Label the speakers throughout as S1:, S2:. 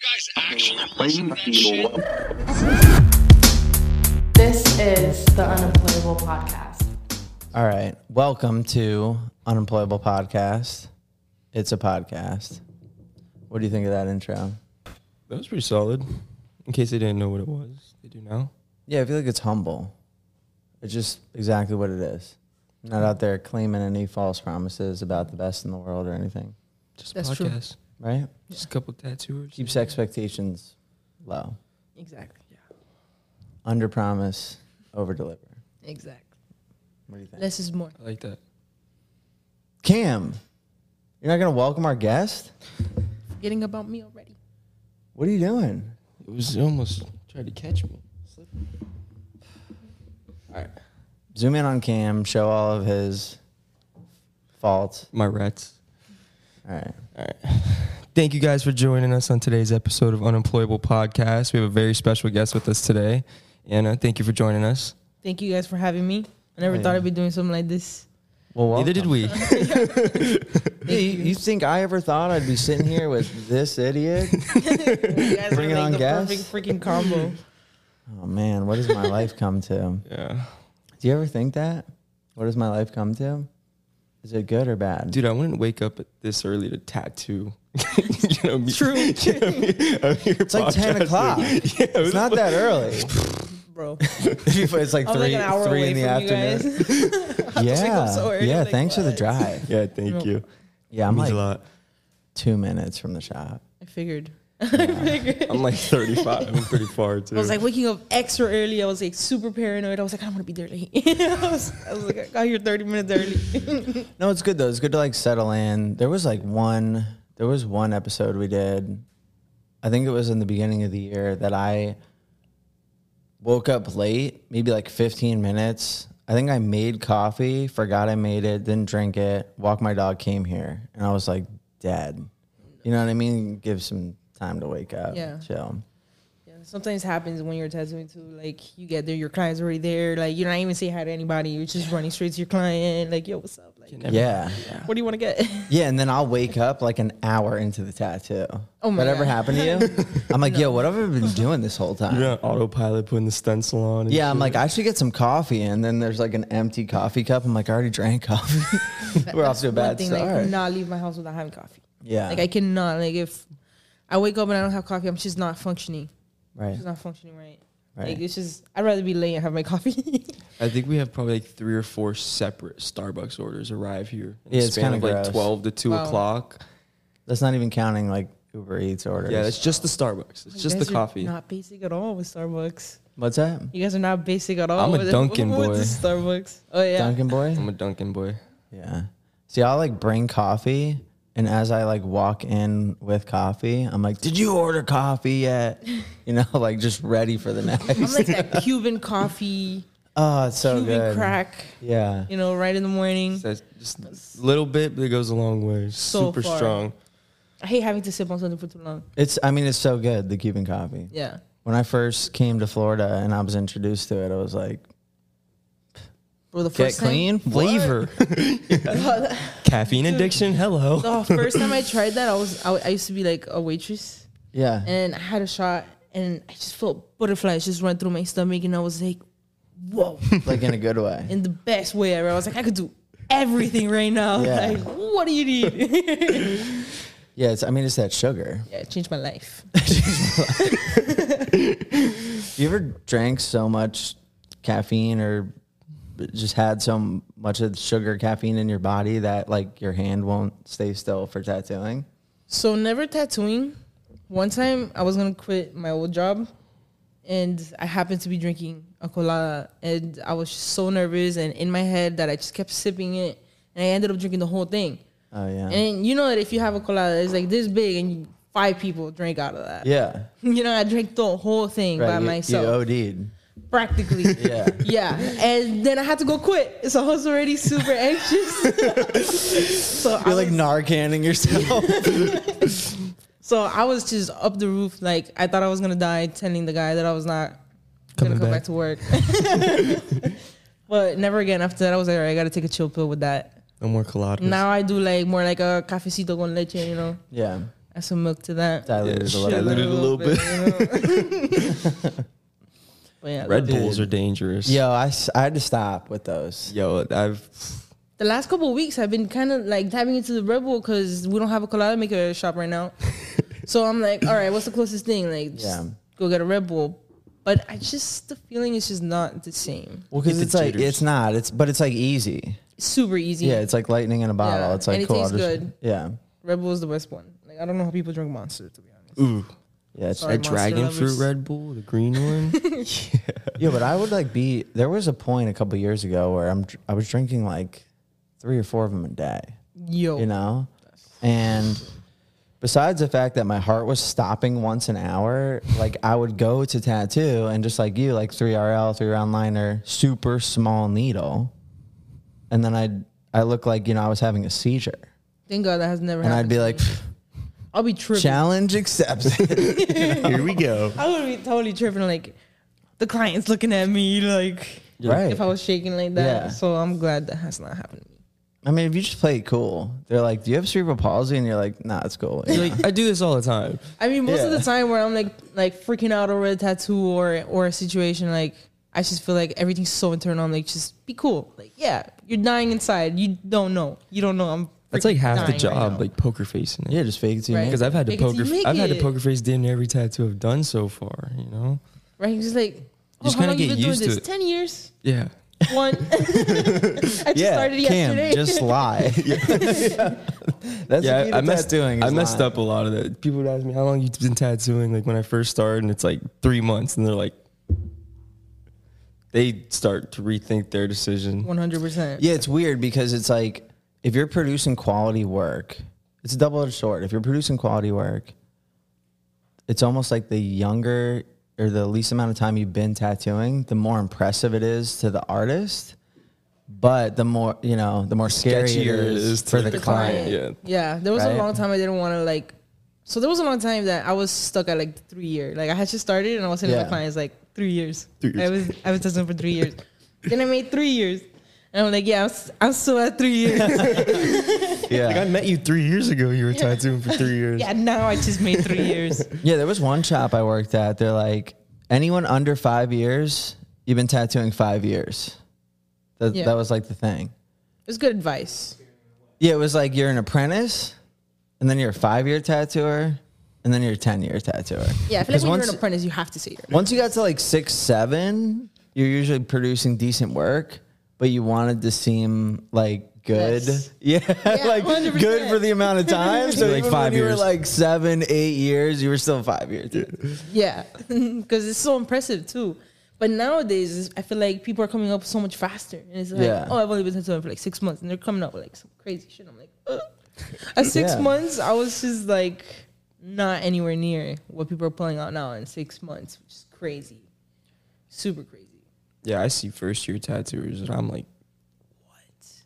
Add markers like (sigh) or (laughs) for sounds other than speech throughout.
S1: guys actually listen to that shit?
S2: This is the Unemployable Podcast.
S3: All right. Welcome to Unemployable Podcast. It's a podcast. What do you think of that intro?
S4: That was pretty solid. In case they didn't know what it was, they do now.
S3: Yeah, I feel like it's humble. It's just exactly what it is. Not out there claiming any false promises about the best in the world or anything,
S4: Just
S5: That's
S4: podcast.
S5: true.
S3: right?
S4: Just a couple tattooers.
S3: Keeps expectations low.
S5: Exactly. Yeah.
S3: Under promise, over deliver.
S5: Exactly.
S3: What do you think?
S5: Less is more.
S4: I like that.
S3: Cam, you're not going to welcome our guest?
S5: Forgetting about me already.
S3: What are you doing?
S4: It was almost tried to catch me.
S3: Zoom in on Cam, show all of his faults.
S4: My rats.
S3: All right.
S4: Thank you guys for joining us on today's episode of Unemployable Podcast. We have a very special guest with us today. Anna, thank you for joining us.
S5: Thank you guys for having me. I never
S3: Yeah.
S5: thought I'd be doing something like this.
S3: Well,
S4: Neither did we.
S3: Yeah, you, you think I ever thought I'd be sitting here with this idiot?
S5: You guys
S3: (laughs) Bring it on, guys.
S5: perfect freaking
S3: (laughs)
S5: combo.
S3: Oh man, what does my life come to?
S4: (laughs) yeah.
S3: Do you ever think that? What does my life come to? Is it good or bad?
S4: Dude, I wouldn't wake up at this early to tattoo. (laughs) you know, me, True.
S3: it's like ten o'clock. it's not that early.
S5: Bro.
S3: it's (laughs) like
S5: I'm
S3: three,
S5: like an hour
S3: three
S5: away
S3: in the
S5: from
S3: afternoon.
S5: you guys. (laughs)
S3: (laughs) Yeah,
S5: up so early,
S3: yeah.
S5: like,
S3: thanks for the
S5: what?
S3: drive.
S4: Yeah, thank
S5: No.
S4: you.
S3: Yeah, I'm
S4: Means
S3: like
S4: a lot.
S3: two minutes from the shop.
S5: I figured. (laughs) I figured.
S4: I'm like 35. I'm pretty far too.
S5: (laughs) I was like waking up extra early. I was like super paranoid. I was like, I don't want to be there late. (laughs) I, was, I was like, I got here 30 minutes early.
S3: No, it's good though. It's good to like settle in. There was like one. There was one episode we did. I think it was in the beginning of the year that I woke up late, maybe like 15 minutes. I think I made coffee, forgot I made it, didn't drink it. Walked my dog, came here, and I was like dead. You know what I mean? Give some time to wake up.
S5: Yeah.
S3: Chill.
S5: Yeah, sometimes happens when you're tattooing too. Like you get there, your client's already there. Like you're not even saying hi to anybody. You're just running straight to your client. Like, yo, what's up? Like,
S3: Yeah.
S5: what do you want to get? (laughs)
S3: Yeah, and then I'll wake up like an hour into the tattoo.
S5: Oh my
S3: that ever
S5: God.
S3: happened to
S5: (laughs)
S3: you? I'm like, yo, what have I been doing this whole time?
S4: You're on autopilot putting the stencil on. and
S3: Yeah, I'm
S4: shit.
S3: like, I should get some coffee. And then there's like an empty coffee cup. I'm like, I already
S5: (laughs)
S3: drank coffee. We're off to a
S5: One
S3: bad
S5: thing,
S3: start.
S5: like, not leave my house without having coffee.
S3: yeah.
S5: Like I cannot. Like if I wake up and I don't have coffee, I'm just not functioning.
S3: right.
S5: Just not functioning right.
S3: Right.
S5: Like it's just. I'd rather be late and have my coffee. (laughs)
S4: I think we have probably like three or four separate Starbucks orders arrive here. In
S3: Yeah,
S4: the
S3: it's
S4: span
S3: kinda
S4: of like
S3: gross.
S4: 12 to 2
S5: Wow.
S4: o'clock.
S3: That's not even counting like Uber Eats orders.
S4: Yeah, it's just the Starbucks. It's just the
S5: You guys are
S4: coffee.
S5: Not basic at all with Starbucks.
S3: What's that?
S5: You guys are not basic at all.
S4: I'm a
S5: with,
S4: Dunkin'
S5: (laughs) with
S4: boy.
S5: the Starbucks. Oh yeah.
S3: Dunkin' Boy?
S4: I'm a Dunkin' boy.
S3: Yeah. See, I'll like bring coffee. And as I like walk in with coffee, I'm like, did you order coffee yet? You know, (laughs) like just ready for the
S5: I'm
S3: next.
S5: like that (laughs) Cuban coffee,
S3: (laughs) Oh, it's (laughs) so
S5: Cuban
S3: good.
S5: crack.
S3: Yeah.
S5: you know, right in the morning.
S4: That's just a little bit, but it goes a long way.
S5: So
S4: Super
S5: far.
S4: strong.
S5: I hate having to sip on something for too long.
S3: It's, I mean, it's so good, the Cuban coffee.
S5: Yeah.
S3: When I first came to Florida and I was introduced to it, I was like,
S5: Bro, the
S3: get
S5: first (laughs)
S3: clean, flavor. (laughs)
S4: Flavor. Caffeine addiction. Hello.
S5: Time, the first time I tried that, I was I, I used to be like a waitress,
S3: Yeah.
S5: and I had a shot, and I just felt butterflies just run through my stomach, and I was like,
S3: (laughs)
S5: whoa,
S3: like in a good way.
S5: in the best way ever. I was like, I could do everything right now.
S3: Yeah.
S5: Like, what do you
S3: (laughs)
S5: need?
S3: Yeah, it's, I mean, it's that sugar.
S5: yeah, it changed my life.
S3: You ever drank so much caffeine or just had so much of the sugar caffeine in your body that like your hand won't stay still for tattooing?
S5: So never tattooing. One time I was gonna quit my old job, and I happened to be drinking a colada, and I was so nervous and in my head that I just kept sipping it, and I ended up drinking the whole thing.
S3: Oh yeah.
S5: And you know that if you have a colada, it's like this big, and you, five people drink out of that.
S3: yeah.
S5: You know, I drank the whole thing by
S3: you,
S5: myself,
S3: You OD'd.
S4: (laughs)
S5: practically.
S3: Yeah.
S5: Yeah, and then I had to go quit, so I was already super (laughs) anxious. (laughs) so I
S3: You're like
S5: was-
S3: narcanning
S5: (laughs)
S3: yourself. (laughs)
S5: So I was just up the roof, like I thought I was gonna die, telling the guy that I was not
S4: Coming
S5: gonna come
S4: back.
S5: back. to work. (laughs) but never again. After that, I was like, all right, I gotta take a chill pill with that.
S4: No more coladas.
S5: Now I do like more like a cafecito con leche, you know.
S3: yeah.
S5: I Add some milk to that.
S3: Dilated a
S4: Yeah, dilated.
S3: little bit.
S4: a little (laughs)
S5: you know. (laughs) but yeah,
S4: Red
S5: the-
S4: Bulls are dangerous.
S3: Yo, I, s- I had to stop with those.
S4: Yo, I've
S5: The last couple of weeks, I've been kind of like diving into the Red Bull because we don't have a colada maker shop right
S3: (laughs)
S5: now. so I'm like, all right, what's the closest thing? Like, just
S3: Yeah.
S5: go get a Red Bull. But I just the feeling is just not the same.
S3: Well,
S4: Get
S3: because
S4: the
S3: it's like
S4: jitters.
S3: it's not. It's but it's like easy.
S5: Super easy.
S3: Yeah, it's like lightning in a bottle.
S5: Yeah,
S3: It's like
S5: and it
S3: cool. I'll
S5: tastes
S3: just-
S5: good.
S3: Yeah,
S5: Red Bull is the best one. Like I don't know how people drink Monster to be honest.
S4: ooh
S3: yeah. It's,
S5: Sorry.
S4: that
S5: Monster
S4: dragon
S5: lovers.
S4: fruit Red Bull, the green
S5: (laughs)
S4: one.
S3: yeah, but I would like be. There was a point a couple years ago where I'm dr- I was drinking like three or four of them a day.
S5: Yo,
S3: You know, and besides the fact that my heart was stopping once an hour, like I would go to tattoo and just like you, like three RL, three round liner, super small needle, and then I'd I look like you know I was having a seizure,
S5: thank God that has never.
S3: and I'd
S5: happened
S3: be
S5: to
S3: like.
S5: me. I'll be tripping.
S3: Challenge accepted. (laughs)
S4: Here we go.
S5: I would be totally tripping. Like the client's looking at me. Like
S3: right.
S5: if I was shaking like that.
S3: Yeah.
S5: So I'm glad that has not happened to me.
S3: I mean, if you just play it cool, they're like, "Do you have cerebral palsy?" And you're like, "Nah, it's cool." You know?
S4: Like, I do this all the time.
S5: I mean, most of the
S3: Yeah.
S5: time where I'm like like freaking out over a tattoo or or a situation like. I just feel like everything's so internal. I'm like, just be cool. Like, yeah, you're dying inside. You don't know. You don't know. I'm.
S4: That's like
S5: freaking
S4: half the
S5: dying right
S4: job,
S5: now.
S4: like poker facing it.
S3: yeah, just fake it to you.
S5: Right.
S3: man.
S4: Because I've had to
S5: Make it till
S4: poker,
S5: you make
S4: I've had to
S5: it.
S4: poker face damn near every tattoo I've done so far. You know.
S5: right? He's just like, oh,
S4: just
S5: how
S4: kinda
S5: long you
S4: get
S5: been doing
S4: used to
S5: this?
S4: it. (laughs)
S5: Ten years.
S4: Yeah.
S5: One. (laughs) I just started
S3: Cam,
S5: yesterday. (laughs)
S3: just (laughs) lie. (laughs) That's
S4: yeah,
S3: what
S4: I, I messed
S3: doing.
S4: I messed up a lot of that. People would ask me how long you've been tattooing. Like when I first started, and it's like three months, and they're like, they start to rethink their decision.
S5: One hundred percent.
S3: Yeah, it's weird because it's like if you're producing quality work, it's a double edged sword. If you're producing quality work, it's almost like the younger or the least amount of time you've been tattooing, the more impressive it is to the artist. But the more you know, the more scary it
S4: Sketchier
S3: is,
S4: is to
S3: for the,
S4: the
S3: client.
S4: client. Yeah.
S5: Yeah. There was
S3: Right?
S5: a long time I didn't want to like. So there was a long time that I was stuck at like three year. Like I had just started and I was sitting with my
S3: Yeah.
S5: clients like three years.
S4: Three years.
S5: I was I was testing for three years. then I made three years, and I'm like, yeah, I'm, s- I'm still at three
S3: (laughs)
S5: years.
S3: Yeah. (laughs)
S4: Like I met you three years ago. You were tattooing for three years.
S5: yeah. Now I just made three years.
S3: Yeah, there was one shop I worked at. They're like, anyone under five years, you've been tattooing five years. That,
S5: Yeah.
S3: that was like the thing.
S5: It's good advice.
S3: Yeah, it was like you're an apprentice, and then you're a five year tattooer, and then you're a 10 year tattooer.
S5: Yeah. I feel like
S3: 'Cause
S5: when
S3: once-
S5: you're an apprentice, you have to say your
S3: Once you got to like six, seven, you're usually producing decent work, but you wanted to seem like good.
S5: Less.
S3: (laughs) Yeah, like
S5: 100%.
S3: good for the amount of time.
S5: (laughs)
S3: So
S4: Like
S3: even
S4: five
S3: when you were
S4: years.
S3: like seven, eight years, you were still a five year tattooer.
S5: Yeah, (laughs) because it's so impressive too. But nowadays, it's- I feel like people are coming up so much faster, and it's like,
S3: Yeah.
S5: oh, I've only been tattooing for like six months, and they're coming up with like some crazy shit. I'm like,
S3: (laughs)
S5: Ugh. at six
S3: Yeah.
S5: months, I was just like not anywhere near what people are pulling out now in six months, which is crazy, super crazy.
S4: Yeah, I see first year tattooers, and I'm like, what?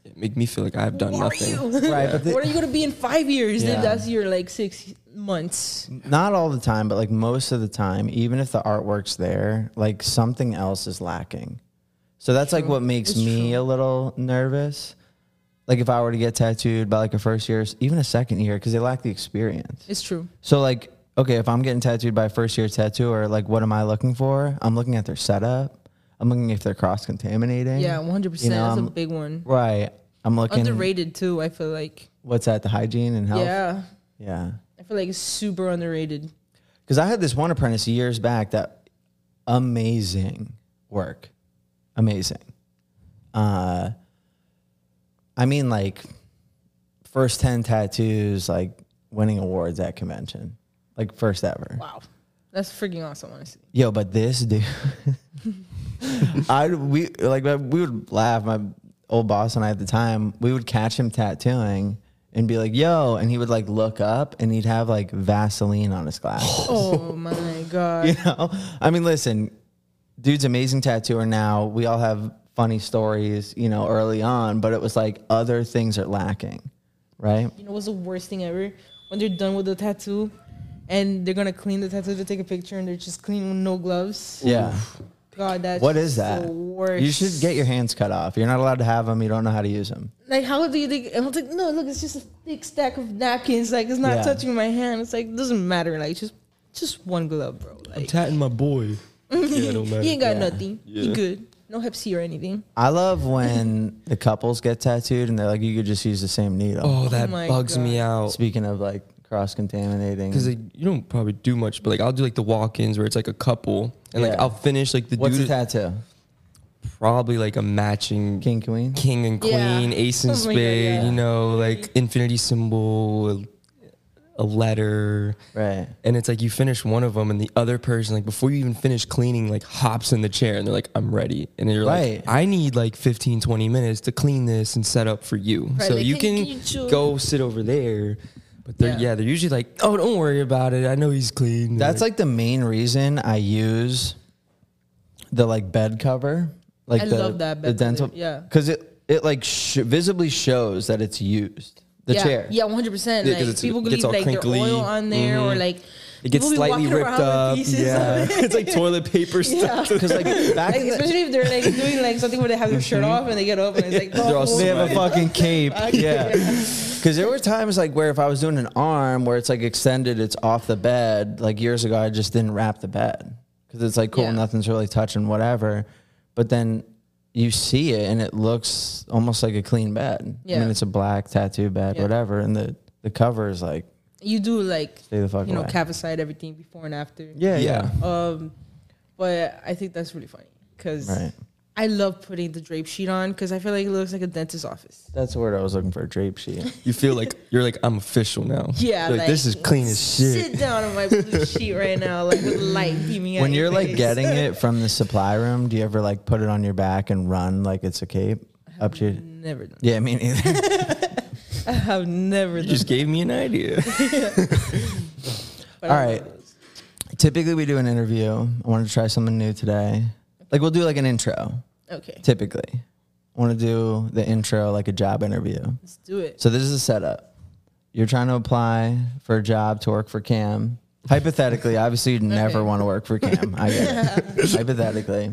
S4: It make me feel like I've done
S5: Who
S4: nothing.
S5: are you?
S3: Right,
S5: (laughs)
S3: but the-
S5: what are you gonna be in five years?
S3: Yeah.
S5: If that's your like six months.
S3: not all the time, but like most of the time, even if the artwork's there, like something else is lacking. So that's like what makes
S5: It's
S3: me
S5: true.
S3: a little nervous. Like if I were to get tattooed by like a first year, even a second year, because they lack the experience.
S5: It's true.
S3: So like, okay, if I'm getting tattooed by a first year tattooer, like what am I looking for? I'm looking at their setup. I'm looking if they're cross contaminating.
S5: Yeah, 100.
S3: You
S5: percent
S3: know,
S5: That's a
S3: I'm-
S5: big one.
S3: Right. I'm looking.
S5: Underrated too. I feel like.
S3: What's that? The hygiene and health.
S5: Yeah.
S3: Yeah.
S5: I feel like it's super underrated.
S3: Because I had this one apprentice years back that amazing work, amazing. Uh, I mean, like first ten tattoos, like winning awards at convention, like first ever.
S5: Wow. That's freaking awesome,
S3: (laughs)
S5: honestly.
S3: Yo, but this dude, (laughs) I we like we would laugh. My old boss and I at the time, we would catch him tattooing and be like, "Yo," and he would like look up and he'd have like Vaseline on his glass.
S5: Oh my god.
S3: (laughs) you know i mean listen dude's amazing tattooer now we all have funny stories you know early on but it was like other things are lacking right
S5: You know what's the worst thing ever? When they're done with the tattoo and they're gonna clean the tattoo to take a picture and they're just clean with no gloves.
S3: yeah
S5: God, that's
S3: What is
S5: the
S3: that?
S5: worst.
S3: You should get your hands cut off. You're not allowed to have them. You don't know how to use them.
S5: like how do you think and I was like, no, look, it's just a thick stack of napkins, like it's not
S3: Yeah.
S5: touching my hand. It's like it doesn't matter, like just just one glove, bro. Like
S6: Tatting my boy. yeah,
S5: (laughs)
S6: it don't matter.
S5: he ain't got
S3: Yeah.
S5: nothing.
S6: Yeah.
S5: He good. No hep C or anything.
S3: I love when
S6: (laughs)
S3: the couples get tattooed and they're like, you could just use the same needle.
S6: Oh, that
S5: my
S6: bugs me out.
S3: Speaking of like cross contaminating,
S6: Oh. Because like, you don't probably do much, but like I'll do like the walk-ins where it's like a couple, and like
S3: Yeah.
S6: I'll finish like the
S3: what's a
S6: dude
S3: tattoo?
S6: probably like a matching king,
S3: King queen.
S6: and
S5: Yeah.
S6: queen, ace and
S5: Oh my God,
S6: spade.
S5: yeah.
S6: You know, like infinity symbol, a letter.
S3: Right.
S6: And it's like you finish one of them, and the other person, like before you even finish cleaning, like hops in the chair and they're like, I'm ready. And you're
S3: Right.
S6: like, I need like 15, 20 minutes to clean this and set up for you.
S5: Right,
S6: so
S5: like,
S6: you
S5: can-
S6: can,
S5: can you chill?
S6: go sit over there. But they're, yeah.
S5: Yeah.
S6: they're usually like, oh, don't worry about it. I know he's clean.
S3: That's like the main reason I use the like bed cover, like
S5: I
S3: the,
S5: love that
S3: the
S5: bed cover,
S3: dental,
S5: yeah.
S3: because it it like sh- visibly shows that it's used. The
S5: yeah,
S3: chair, (laughs)
S5: Yeah, one hundred percent.
S6: Yeah,
S5: Like
S6: 'cause it's-
S5: people
S6: it gets
S5: leave
S6: all
S5: like
S6: crinkly. Mm-hmm.
S5: their oil on there or like
S6: it gets
S5: people be
S6: slightly
S5: walking
S6: ripped
S5: around with
S6: up.
S5: pieces of
S6: Yeah.
S5: it.
S6: it's like toilet
S5: (laughs)
S6: paper stuff.
S3: because like back
S5: Like,
S3: in the,
S5: especially if they're like doing like something where they have their shirt off and they get up and it's like
S6: Mm-hmm. (laughs) They're all
S5: oh,
S3: they
S6: sweaty.
S3: have a fucking
S5: (laughs)
S3: cape,
S5: Fuck,
S3: yeah.
S5: yeah.
S3: Because there were times like where if I was doing an arm where it's like extended, it's off the bed. Like years ago, I just didn't wrap the bed because it's like cool,
S5: Yeah.
S3: nothing's really touching, whatever. But then you see it and it looks almost like a clean bed. I
S5: Yeah.
S3: mean, it's a black tattoo bed,
S5: Yeah.
S3: whatever. And the the cover is like
S5: you do like
S3: stay the fuck
S5: you know
S3: away.
S5: capsicide everything before and after.
S3: yeah, yeah,
S6: Yeah.
S5: Um, but I think that's really funny because
S3: Right.
S5: I love putting the drape sheet on because I feel like it looks like a dentist's office.
S3: That's the word I was looking for. Drape sheet.
S6: You feel like you're like, I'm official now.
S5: (laughs) Yeah,
S6: Like, this is clean as
S5: (laughs)
S6: shit.
S5: Sit down on my blue sheet right now, like with light beaming. at
S3: when
S5: your
S3: you're like
S5: face.
S3: getting it from the supply room, do you ever like put it on your back and run like it's a cape up to? Your,
S5: never done.
S3: yeah, I mean, either.
S5: I (laughs) have never
S6: You
S5: done.
S6: just gave me
S5: (laughs)
S6: an idea.
S5: but I
S3: all
S5: love
S3: right.
S5: those.
S3: typically we do an interview. I want to try something new today. Like we'll do like an intro.
S5: Okay,
S3: Typically, I want to do the intro like a job interview.
S5: let's do it.
S3: So this is a setup. You're trying to apply for a job to work for Cam. Hypothetically, obviously, you'd never
S5: Okay.
S3: want to work for Cam. I get
S5: (laughs)
S3: it. Hypothetically.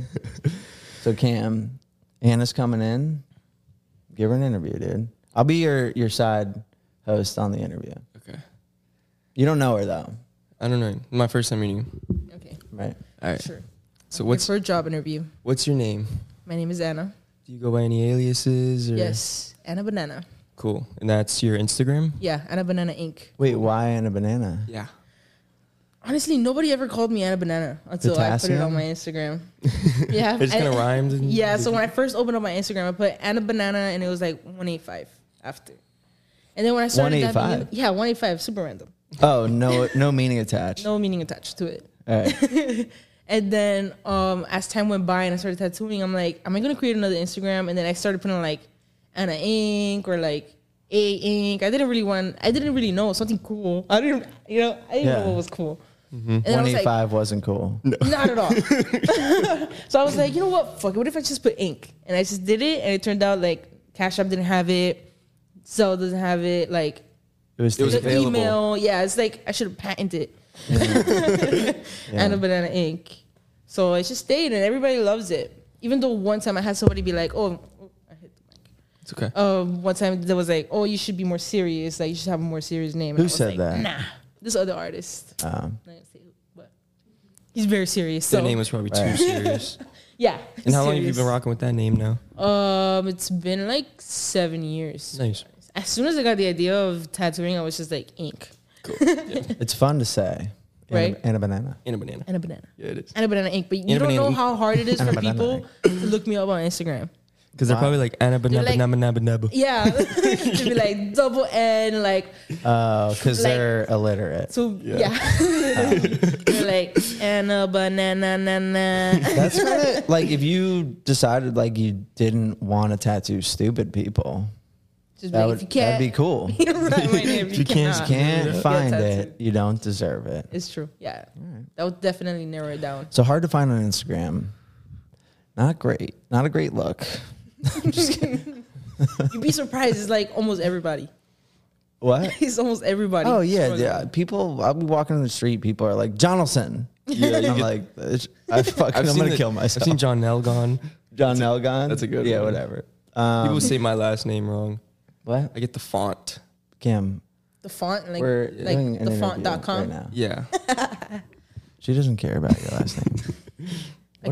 S3: So Cam, Anna's coming in. Give her an interview, dude. I'll be your your side host on the interview.
S6: Okay.
S3: You don't know her though,
S6: I don't know. My first time meeting you.
S5: Okay,
S3: right?
S6: All right.
S5: sure.
S6: So what's
S5: for a job interview?
S6: what's your name?
S5: My name is Anna.
S6: Do you go by any aliases or
S5: Yes, Anna Banana.
S6: Cool. And that's your Instagram?
S5: Yeah, Anna Banana Inc.
S3: Wait, why Anna Banana?
S6: Yeah.
S5: Honestly, nobody ever called me Anna Banana until I put it
S3: Potassium?
S5: on my Instagram.
S6: (laughs)
S5: yeah,
S6: It just
S5: I-
S6: kind of rhymed. and-
S5: Yeah, so when I first opened up my Instagram, I put Anna Banana and it was like 185 after. And then when I started that
S3: 185?
S5: video- yeah, 185, super random.
S3: Oh, no, no meaning
S5: (laughs)
S3: attached.
S5: No meaning attached to it.
S3: All right.
S5: And then um, as time went by and I started tattooing, I'm like, am I gonna create another Instagram? And then I started putting like Anna Ink or like A Ink. I didn't really want. I didn't really know something cool. I didn't, you know, I didn't
S3: Yeah.
S5: know what was cool. And then I was like,
S3: 185 wasn't cool.
S5: (laughs) not at all. so I was like, you know what? Fuck it. What if I just put ink? And I just did it, and it turned out like Cash App didn't have it, Zelle doesn't have it, like
S3: It was,
S6: It was
S5: the
S6: available.
S5: email. Yeah, it's like I should have patented it. (laughs) and a banana ink. So it just stayed, and everybody loves it. Even though one time I had somebody be like, oh. I hit the mic.
S6: It's okay.
S3: Oh,
S5: Um, one time there was like, "Oh, you should be more serious. Like, you should have a more serious name." And I
S3: Who
S5: was
S3: said
S5: like,
S3: that?
S5: Nah, this other artist. I'm
S3: Um,
S5: not gonna say who, but he's very serious. So
S6: Their name was
S3: (laughs)
S6: probably too serious.
S5: yeah.
S6: And how long have you
S5: serious.
S6: been rocking with that name now?
S5: Um, it's been like seven years.
S6: Nice.
S5: As soon as I got the idea of tattooing, I was just like ink
S3: (laughs) it's fun to say. And a-
S5: Right.
S3: And a banana.
S6: In a banana.
S5: and a banana
S6: Yeah, it is.
S5: and a banana ink. But you
S6: And a
S5: don't
S6: banana
S5: know
S6: ink.
S5: how hard it is
S3: And a
S5: for
S3: banana
S5: people to look me up on Instagram.
S6: Because they're
S3: Wow.
S6: probably like Anna
S5: They're
S6: banana
S5: like-
S6: banana banana.
S5: Yeah, (laughs) to be like double N, like
S3: Oh, because
S5: Like-
S3: they're illiterate.
S5: so yeah.
S3: (laughs)
S5: They're like Anna banana na na.
S3: That's
S5: (laughs)
S3: kind of like if you decided like you didn't want to tattoo stupid people,
S5: Just be
S3: that
S5: like,
S3: would
S5: if you
S3: that'd be
S5: can't,
S3: cool.
S5: You're (laughs) right, my name,
S6: If you can't,
S5: cannot.
S6: you
S3: Can't find
S5: tattooed.
S3: it. You don't deserve it.
S5: It's true. Yeah, that would definitely narrow it down.
S3: So hard to find on Instagram. Not great. Not a great look.
S5: You'd be surprised. It's like almost everybody. (laughs)
S3: What?
S5: It's almost everybody.
S3: Oh yeah,
S5: struggling.
S3: yeah. People, I'll be walking in the street. People are like Jonathan. Yeah,
S4: you get-
S3: I'm like, "Bitch, I fucking, I'm
S4: seen
S3: gonna
S4: the-
S3: kill
S4: I've
S3: myself.
S4: seen John Nelgon.
S3: John Elgon.
S4: that's a good
S3: Yeah,
S4: one.
S3: whatever. Um,
S4: People say my last name wrong.
S3: what?
S4: I get the font.
S3: Kim,
S5: The font, like,
S3: we're
S5: like
S3: doing an
S5: the
S3: interview
S5: font.com.
S3: right now.
S4: Yeah.
S3: She doesn't care about your last
S4: (laughs)
S3: name. what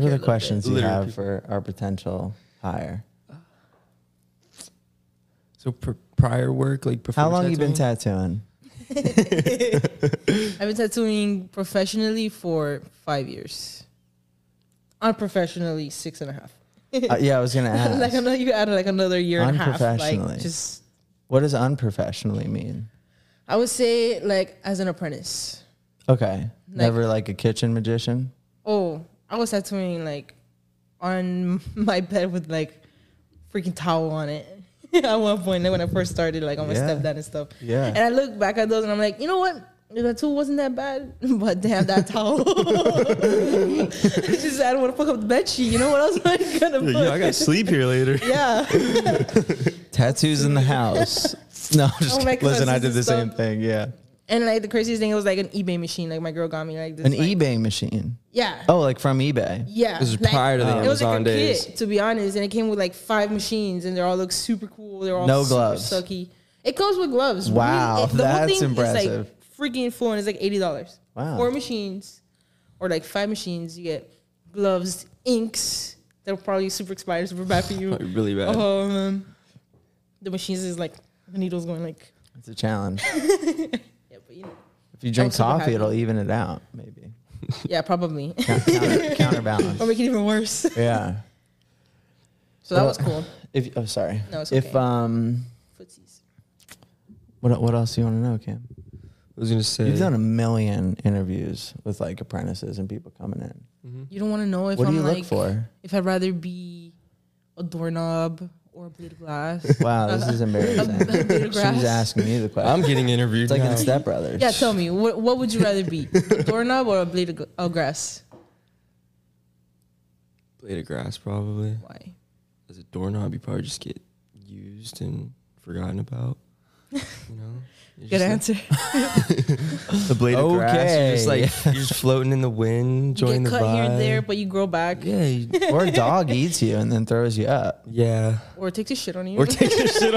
S5: care a
S3: are the
S5: little
S3: questions you
S4: Literary
S3: have
S4: people.
S3: for our potential hire?
S4: So pr- prior work, like before
S3: How long you been
S4: tattooing?
S3: tattooing?
S5: I've been tattooing professionally for five years. Unprofessionally, six and a half. (laughs)
S3: Uh, yeah, I was gonna ask.
S5: like another, you added like another year and a half. Like
S3: Unprofessionally.
S5: just,
S3: what does unprofessionally mean?
S5: I would say like as an apprentice.
S3: Okay, never like a kitchen magician.
S5: Oh, I was tattooing like on (laughs) my bed with like freaking towel on it. (laughs) at one point, like when I first started, like on my
S3: Yeah.
S5: stepdad and stuff.
S3: Yeah.
S5: And I look back at those and I'm like, you know what? The tattoo wasn't that bad, (laughs) but damn that towel. (laughs) It's just I don't want to fuck up the bed sheet. You know what else am I gonna put?
S4: Yo, I gotta sleep here later.
S5: (laughs) yeah.
S3: (laughs) Tattoos in
S5: (laughs)
S3: the house. no, I'm just
S5: Oh my
S3: kidding. listen. I
S5: cousins
S3: did the
S5: and
S3: same
S5: stuff.
S3: thing. Yeah,
S5: And like the craziest thing, it was like an eBay machine. Like my girl got me like this.
S3: an
S5: like-
S3: eBay machine.
S5: Yeah.
S3: Oh, like from eBay.
S5: Yeah.
S4: This is prior to the
S5: It was like a
S4: Amazon days.
S5: kit, to be honest. And it came with like five machines and they all look super cool. They're all
S3: No
S5: super
S3: gloves.
S5: sucky. It comes with gloves.
S3: Wow,
S5: it- the whole
S3: that's
S5: thing Is
S3: impressive.
S5: like freaking full and it's like eighty dollars.
S3: Wow.
S5: Four machines or like five machines. You get gloves, inks. They're probably super expired, super bad for
S3: (laughs)
S5: you.
S4: really bad.
S3: Oh.
S5: um, the machines is like the needles going like
S3: It's a challenge.
S5: yeah, but you know,
S3: If you drink
S5: super
S3: coffee,
S5: happy.
S3: it'll even it out. Maybe
S5: yeah, probably. (laughs)
S3: Coun- counter,
S5: or
S3: counterbalance.
S5: make it even worse.
S3: Yeah.
S5: So that
S3: Well-
S5: was cool.
S3: If oh, sorry.
S5: No, it's
S3: If
S5: okay.
S3: um,
S5: Footsies.
S3: what what else do you want to know, Kim?
S4: I was gonna say.
S3: You've done a million interviews with like apprentices and people coming in.
S5: You don't want to know if
S3: what do
S5: I'm
S3: you
S5: like (laughs)
S3: look for?
S5: if I'd rather be a doorknob or a blade of glass.
S4: (laughs)
S3: Wow, this is embarrassing.
S5: a blade of
S3: She's
S5: grass.
S3: asking me the question.
S4: I'm getting interviewed
S3: it's like
S6: (laughs)
S4: now.
S3: in Step Brothers.
S5: Yeah, tell me, what, what would you rather be? A doorknob or a blade of, gl- of grass?
S4: Blade of grass, probably.
S5: Why?
S4: As a doorknob, you probably just get used and forgotten
S5: (laughs)
S4: about. You know. You're
S5: Good
S4: just
S5: answer.
S4: Like, the blade of grass. You're just
S3: Okay.
S4: like you're just (laughs) floating in the wind,
S5: You
S4: joining
S5: get
S4: the
S5: cut
S4: vibe.
S5: here and there, but you grow back.
S4: Yeah. you-
S3: or a dog eats you and then throws you up.
S4: yeah.
S5: Or take the shit on you.
S4: Or take your shit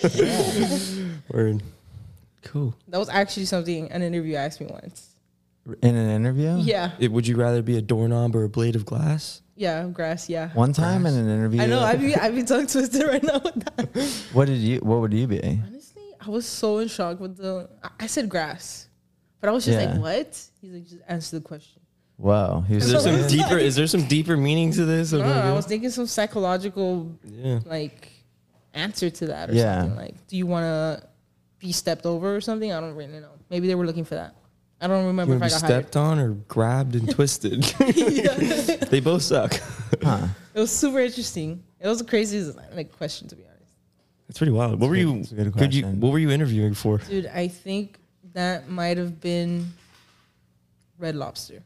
S4: off. (laughs) Word. Cool.
S5: that was actually something an interview asked me once.
S3: In an interview?
S5: Yeah.
S4: It- would you rather be a doorknob or a blade of glass?
S5: Yeah, grass, yeah.
S3: One time in an interview.
S5: I know, I'd be, I'd be tongue twisted (laughs) right now with that.
S3: what did you what would you be?
S5: Honestly, I was so in shock with the. I- I said grass, but I was just
S3: Yeah.
S5: like, what? He's like, just answer the question.
S3: Whoa. He was
S4: Is there
S3: just
S4: some
S5: (laughs) Sometimes.
S4: deeper? Is there some deeper meaning to this?
S5: No, I was thinking some psychological
S4: yeah.
S5: like answer to that or
S3: Yeah.
S5: something. Like, do you want to be stepped over or something? I don't really know. Maybe they were looking for that. I don't
S4: You
S5: remember
S4: want
S5: if
S4: to
S5: I
S4: be
S5: got
S4: stepped on or grabbed
S5: (laughs)
S4: and twisted?
S5: hired.
S4: (laughs) they both suck.
S3: huh.
S5: it was super interesting. It was a crazy like question to be honest,
S4: That's pretty wild. What were
S3: good-
S4: you?
S3: that's a good
S4: could you-
S3: question.
S4: What were you interviewing for?
S5: dude. I think that might have been Red Lobster.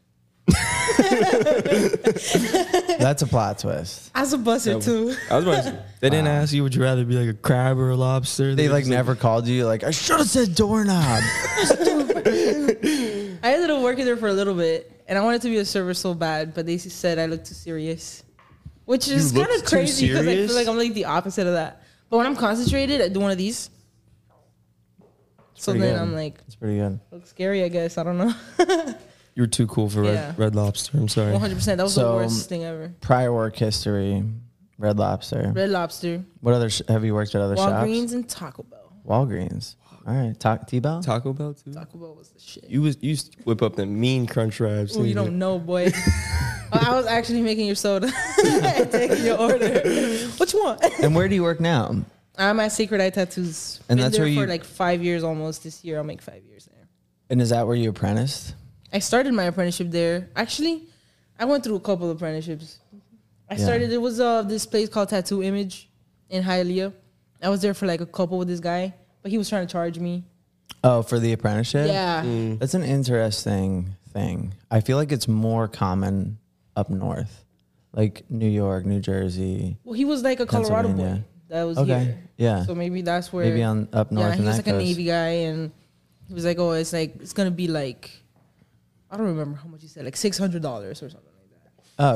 S3: (laughs) That's a plot twist.
S5: As a buzzer too.
S4: I was about. To, they didn't ask you. Would you rather be like a crab or a lobster?
S3: They
S4: were
S3: like
S4: just
S3: never called you like I should have said doorknob.
S5: I ended up working there for a little bit, and I wanted to be a server so bad, but they said I looked too serious, which is
S4: looked
S5: kind of
S4: too
S5: crazy because I
S4: serious?
S5: feel like I'm like the opposite of that. But when I'm concentrated, I do one of these. So
S3: pretty
S5: then
S3: good.
S5: I'm like,
S3: It's pretty good.
S5: look scary, I guess. I don't know.
S4: You were too cool for
S5: Yeah.
S4: red, red lobster. I'm
S5: (laughs)
S4: sorry.
S5: 100%. That was
S4: um,
S5: the
S3: So-
S5: worst thing ever.
S3: Prior work history, Red Lobster.
S5: Red Lobster,
S3: What other sh- have you worked at other
S5: Walgreens, and Taco Bell.
S3: shops? Walgreens. All right, Ta- T-Bell.
S4: Taco Bell too.
S5: Taco Bell was the shit.
S4: You was you used to whip up the mean crunch wraps.
S5: Oh, you don't
S4: (laughs)
S5: know, boy. Oh, I was actually making your soda (laughs) and taking your
S4: (laughs)
S5: order. What you want?
S3: and where do you work now?
S5: I'm at Sacred Eye Tattoos.
S3: And
S5: Been
S3: that's
S5: there
S3: where
S5: for
S3: you-
S5: like five years almost. This year I'll make five years there.
S3: And is that where you apprenticed?
S5: I started my apprenticeship there. Actually, I went through a couple of apprenticeships. I
S3: Yeah.
S5: started. It was uh this place called Tattoo Image in Hialeah. I was there for like a couple with this guy, but he was trying to charge me.
S3: Oh, for the apprenticeship.
S5: Yeah,
S3: That's an interesting thing. I feel like it's more common up north, like New York, New Jersey.
S5: well, he was like a Colorado boy
S3: Pennsylvania.
S5: that was
S3: Okay.
S5: here.
S3: Yeah.
S5: So maybe that's where
S3: Maybe on up north.
S5: yeah,
S3: and
S5: he was
S3: that
S5: like a
S3: coast.
S5: Navy guy, and he was like, "Oh, it's like it's gonna be like I don't remember how much you said, like six hundred dollars or something.
S3: Oh,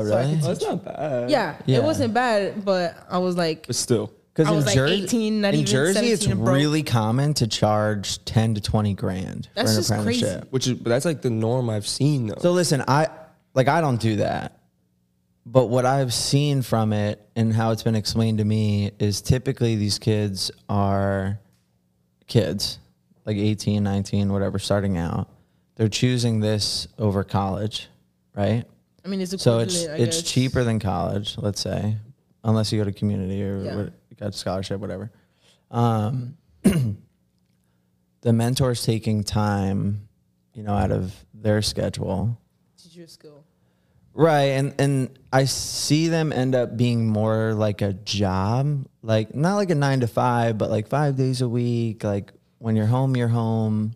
S5: So I
S3: really?
S5: can-
S6: Oh, it's not bad.
S5: Yeah,
S3: Yeah.
S5: it wasn't bad, but I was like,
S6: But still,
S3: Because
S5: I was like 18, not
S3: in
S5: even
S3: Jersey, it's
S5: 17 and broke.
S3: really common to charge ten to twenty grand
S5: That's
S3: for an
S5: just crazy.
S3: apprenticeship.
S6: which is but that's like the norm I've seen though.
S3: So listen, I like I don't do that. But what I've seen from it and how it's been explained to me is typically these kids are kids, like 18, 19, whatever, starting out. They're choosing this over college, right?
S5: I mean, it's
S3: So
S5: equivalent.
S3: it's
S5: I
S3: it's
S5: guess.
S3: cheaper than college, let's say, unless you go to community or
S5: Yeah.
S3: what, got scholarship, whatever. Um, (clears throat) the mentor's taking time, you know, out of their schedule
S5: Teach your skill.
S3: Right, and and I see them end up being more like a job, like not like a 9 to 5, but like 5 days a week, like when you're home, you're home.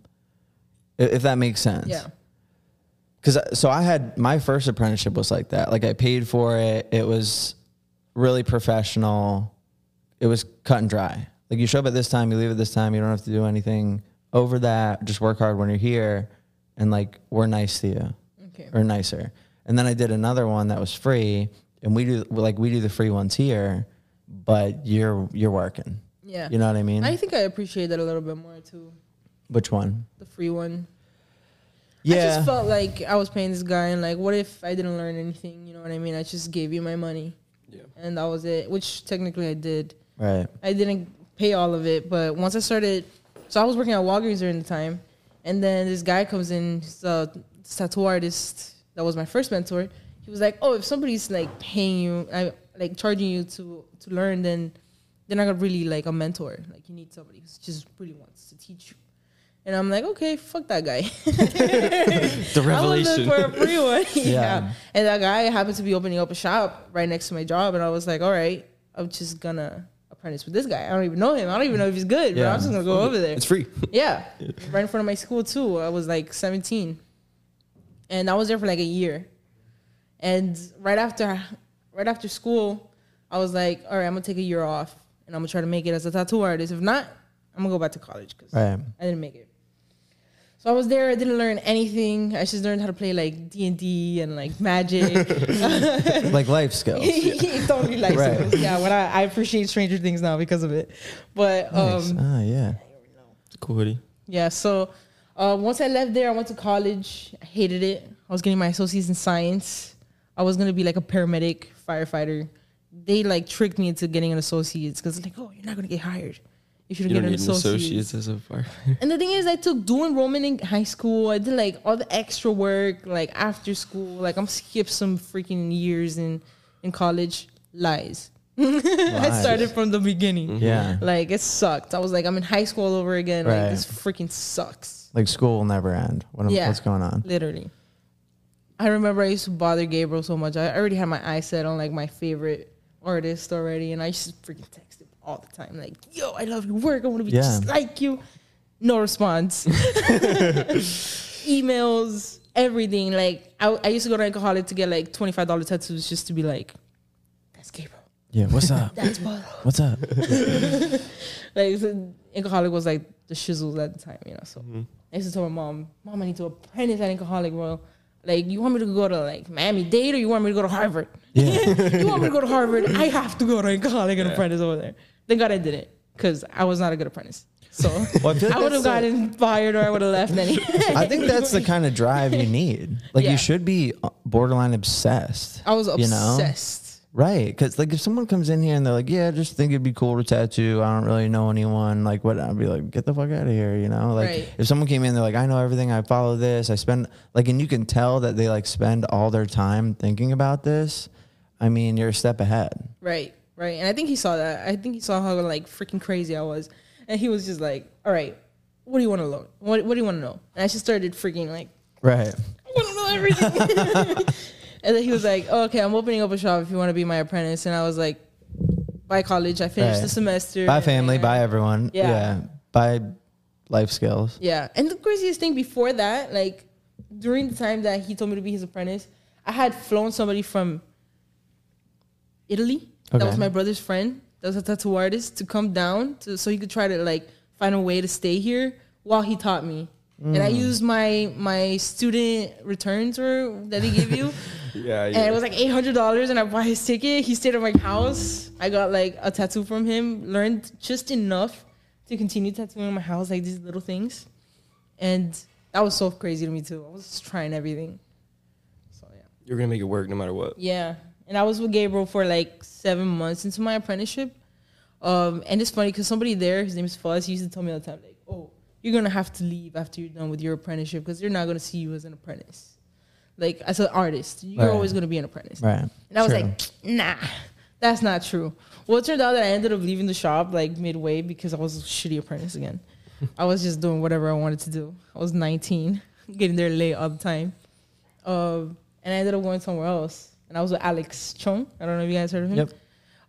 S3: i- If that makes sense.
S5: Yeah,
S3: Cuz so I had my first apprenticeship was like that. Like I paid for it. It was really professional. It was cut and dry. Like you show up at this time, you leave at this time, you don't have to do anything over that. Just work hard when you're here and like we're nice to you
S5: okay,
S3: or nicer. And then I did another one that was free, and we do like we do the free ones here, but you're you're working.
S5: yeah.
S3: You know what I mean?
S5: I think I appreciate that a little bit more too.
S3: Which one?
S5: The free one. I
S3: Yeah,
S5: just felt like I was paying this guy, and like, what if I didn't learn anything? You know what I mean? I just gave you my money,
S6: Yeah.
S5: and that was it. Which technically I did.
S3: right.
S5: I didn't pay all of it, but once I started, so I was working at Walgreens during the time, and then this guy comes in, he's a tattoo artist that was my first mentor. He was like, "Oh, if somebody's like paying you, I, like charging you to to learn, then they're not really like a mentor. Like you need somebody who just really wants to teach you." And I'm like, "Okay, fuck that guy." (laughs)
S4: The
S5: I (laughs) was looking for a free one. yeah.
S3: Yeah.
S5: And that guy happened to be opening up a shop right next to my job. And I was like, all right, I'm just going to apprentice with this guy. I don't even know him. I don't even know if he's good, but
S3: Yeah.
S5: I'm just going to go over there.
S6: It's free.
S5: Yeah. Right in front of my school, too. I was like 17. And I was there for like a year. And right after, right after school, I was like, all right, I'm going to take a year off and I'm going to try to make it as a tattoo artist. If not, I'm going to go back to college because
S3: Right.
S5: I didn't make it. So I was there. I didn't learn anything. I just learned how to play like D and D and like magic.
S3: like
S5: (laughs)
S3: life skills.
S5: totally like
S3: Oh, Right.
S5: skills. (laughs) yeah. When I, I appreciate Stranger Things now because of it, but um,
S3: Nice. Ah, yeah.
S4: (laughs) Cool hoodie.
S5: yeah. So uh, once I left there, I went to college. I hated it. I was getting my associates in science. I was gonna be like a paramedic, firefighter. They like tricked me into getting an associate's because like, oh, you're not gonna get hired if you don't
S4: You
S5: get
S4: don't
S5: an
S4: need an
S5: associate's.
S4: associates as a
S6: (laughs)
S4: firefighter.
S5: And the thing is, I took dual enrollment in high school. I did like all the extra work, like after school. Like I'm skipped some freaking years in in college. Lies. (laughs) I started from the beginning.
S3: Yeah.
S5: Like it sucked. I was like, I'm in high school all over again.
S3: Right.
S5: Like this freaking sucks.
S3: Like school will never end. What am,
S5: Yeah.
S3: What's going on?
S5: Literally. I remember I used to bother Gabriel so much. I already had my eyes set on like my favorite artist already, and I just freaking text him all the time, like, "Yo, I love your work. I want to be
S3: Yeah.
S5: just like you." No response. Emails, everything. Like I, I used to go to alcoholic to get like twenty five dollar tattoos just to be like, "That's Gabriel.
S3: Yeah. What's
S5: (laughs)
S3: up?
S5: That's Paul."
S3: What's up?
S5: like so alcoholic was like the shizzles at the time, you know. So
S3: Mm-hmm.
S5: I used to tell my mom, "Mom, I need to apprentice at alcoholic, bro. Like, you want me to go to like Miami Dade or you want me to go to Harvard?
S3: Yeah.
S5: (laughs) you want me to go to Harvard? I have to go to alcoholic and apprentice over there. Thank God I didn't, because I was not a good apprentice. So
S3: Well, I, feel
S5: (laughs)
S3: like
S5: I would have
S3: that's the-
S5: gotten fired or I would have left. Any
S3: (laughs) I think that's the kind of drive you need. Like
S5: Yeah.
S3: you should be uh, borderline obsessed.
S5: I was
S3: you know?
S5: obsessed.
S3: Right. Because, like, if someone comes in here and they're like, yeah, I just think it'd be cool to tattoo. I don't really know anyone. Like, what? I'd be like, get the fuck out of here. You know? Like,
S5: Right.
S3: if someone came in, they're like, I know everything. I follow this. I spend, like, and you can tell that they, like, spend all their time thinking about this. I mean, you're a step ahead.
S5: Right, right. And I think he saw that. I think he saw how like freaking crazy I was, and he was just like, "All right, what do you want to learn? What What do you want to know?" And I just started freaking like
S3: Right.
S5: I want to know everything. (laughs) and then he was like, oh, okay, I'm opening up a shop if you want to be my apprentice. And I was like, bye college. I finished
S3: Right.
S5: the semester.
S3: Bye,
S5: And
S3: family.
S5: then-
S3: Bye, everyone.
S5: Yeah.
S3: Bye, life skills.
S5: Yeah. And the craziest thing before that, like during the time that he told me to be his apprentice, I had flown somebody from Italy. That
S3: Okay.
S5: was my brother's friend. That was a tattoo artist to come down to, so he could try to like find a way to stay here while he taught me. and I used my my student returns or that they give you.
S6: Yeah,
S5: And it was like eight hundred dollars, and I bought his ticket. He stayed at my house. I got like a tattoo from him. Learned just enough to continue tattooing in my house, like these little things. And that was so crazy to me too. I was just trying everything. So yeah,
S6: you're gonna make it work no matter what.
S5: yeah. And I was with Gabriel for like seven months into my apprenticeship. Um, and it's funny because somebody there, his name is Fuzz, he used to tell me all the time, like, "Oh, you're gonna have to leave after you're done with your apprenticeship because they're not gonna see you as an apprentice." Like as an artist, you're
S3: Right.
S5: always gonna be an apprentice.
S3: Right.
S5: And I was
S4: True.
S5: like, nah, that's not true. Well, it turned out that I ended up leaving the shop like midway because I was a shitty apprentice again. I was just doing whatever I wanted to do. I was 19, (laughs) getting there late all the time. Um, and I ended up going somewhere else. And I was with Alex Chung. I don't know if you guys heard of him.
S3: Yep.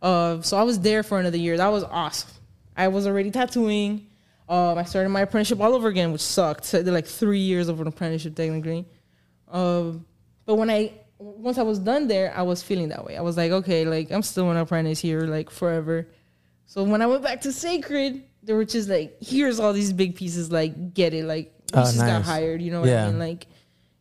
S5: Uh, so I was there for another year. That was awesome. I was already tattooing. Um, I started my apprenticeship all over again, which sucked. So I did like three years of an apprenticeship technically. Um, but when I once I was done there, I was feeling that way. I was like, okay, like I'm still an apprentice here, like forever. So when I went back to Sacred, they were just like, here's all these big pieces, like get it, like you
S3: Oh,
S5: just got
S3: nice.
S5: hired, you know what
S3: Yeah.
S5: I mean? Like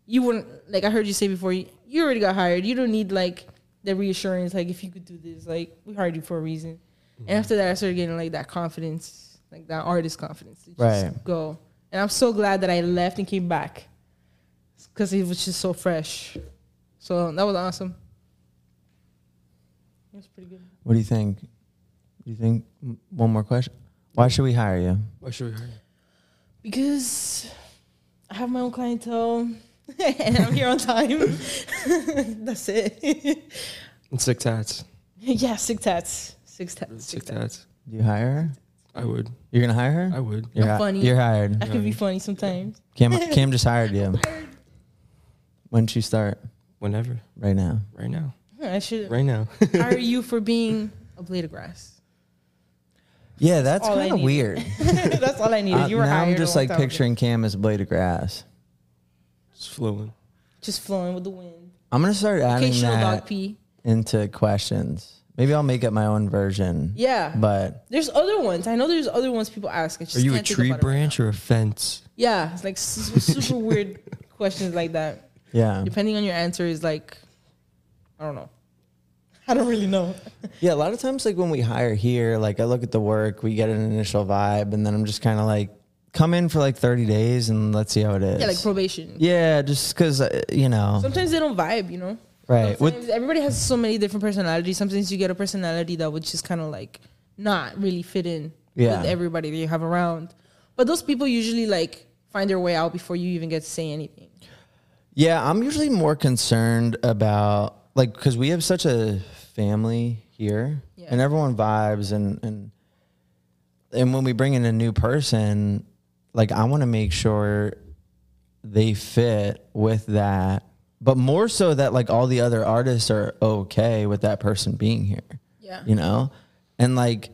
S5: you wouldn't like I heard you say before, you, you already got hired. You don't need like the reassurance, like if you could do this, like we hired you for a reason. And after that, I started getting like that confidence, like that artist confidence. to just
S3: Right.
S5: Go. And I'm so glad that I left and came back because it was just so fresh. So that was awesome. That's pretty good.
S3: What do you think? You think m- one more question? Why should we hire you?
S6: Why should we hire? you?
S5: Because I have my own clientele (laughs) and I'm here on time. (laughs) That's it. (laughs)
S6: And Sick tats.
S5: yeah, six tats. Six tats.
S6: Sick
S5: Six tats.
S6: tats.
S3: Do you hire her?
S6: I would.
S3: You're gonna hire her?
S6: I would.
S3: You're
S5: I'm
S3: hi-
S5: funny.
S3: You're hired.
S5: I could be funny sometimes.
S3: Cam, Cam just hired you. When would you start?
S6: Whenever.
S3: Right now.
S6: Right now.
S5: I should
S6: Right now. (laughs)
S5: hire you for being a blade of
S3: (laughs)
S5: grass.
S3: Yeah, that's
S5: all I
S3: kind of
S5: needed.
S3: weird.
S5: That's all I (laughs) needed.
S3: Uh,
S5: you were
S3: now
S5: hired.
S3: I'm just
S5: a long
S3: like
S5: time ago.
S3: picturing Cam as a blade of grass.
S6: It's flowing.
S5: just flowing with the wind.
S3: I'm gonna start adding
S5: Occasional dog
S3: that
S5: pee.
S3: into questions. Maybe I'll make up my own version.
S5: Yeah.
S3: But
S5: There's other ones. I know there's other ones people ask. I just
S4: Are you a
S5: can't think
S4: tree
S5: about it right
S4: branch or a fence?
S5: now. yeah, it's like su- super
S3: (laughs)
S5: weird questions like that.
S3: yeah,
S5: Depending on your answer, is like, I don't know. I don't really know.
S3: yeah. A lot of times, like when we hire here, like I look at the work, we get an initial vibe, and then I'm just kind of like, come in for like 30 days and let's see how it is.
S5: Yeah, like probation.
S3: Yeah, just because uh, you know,
S5: Sometimes they don't vibe, you know.
S3: right? With,
S5: Sometimes everybody has so many different personalities. Sometimes you get a personality that would just kind of like not really fit in
S3: Yeah.
S5: with everybody that you have around. But those people usually like find their way out before you even get to say anything.
S3: yeah, I'm usually more concerned about like because we have such a family here,
S5: Yeah.
S3: and everyone vibes, and and and when we bring in a new person, like I want to make sure they fit with that, but more so that like all the other artists are okay with that person being here.
S5: Yeah.
S3: you know and like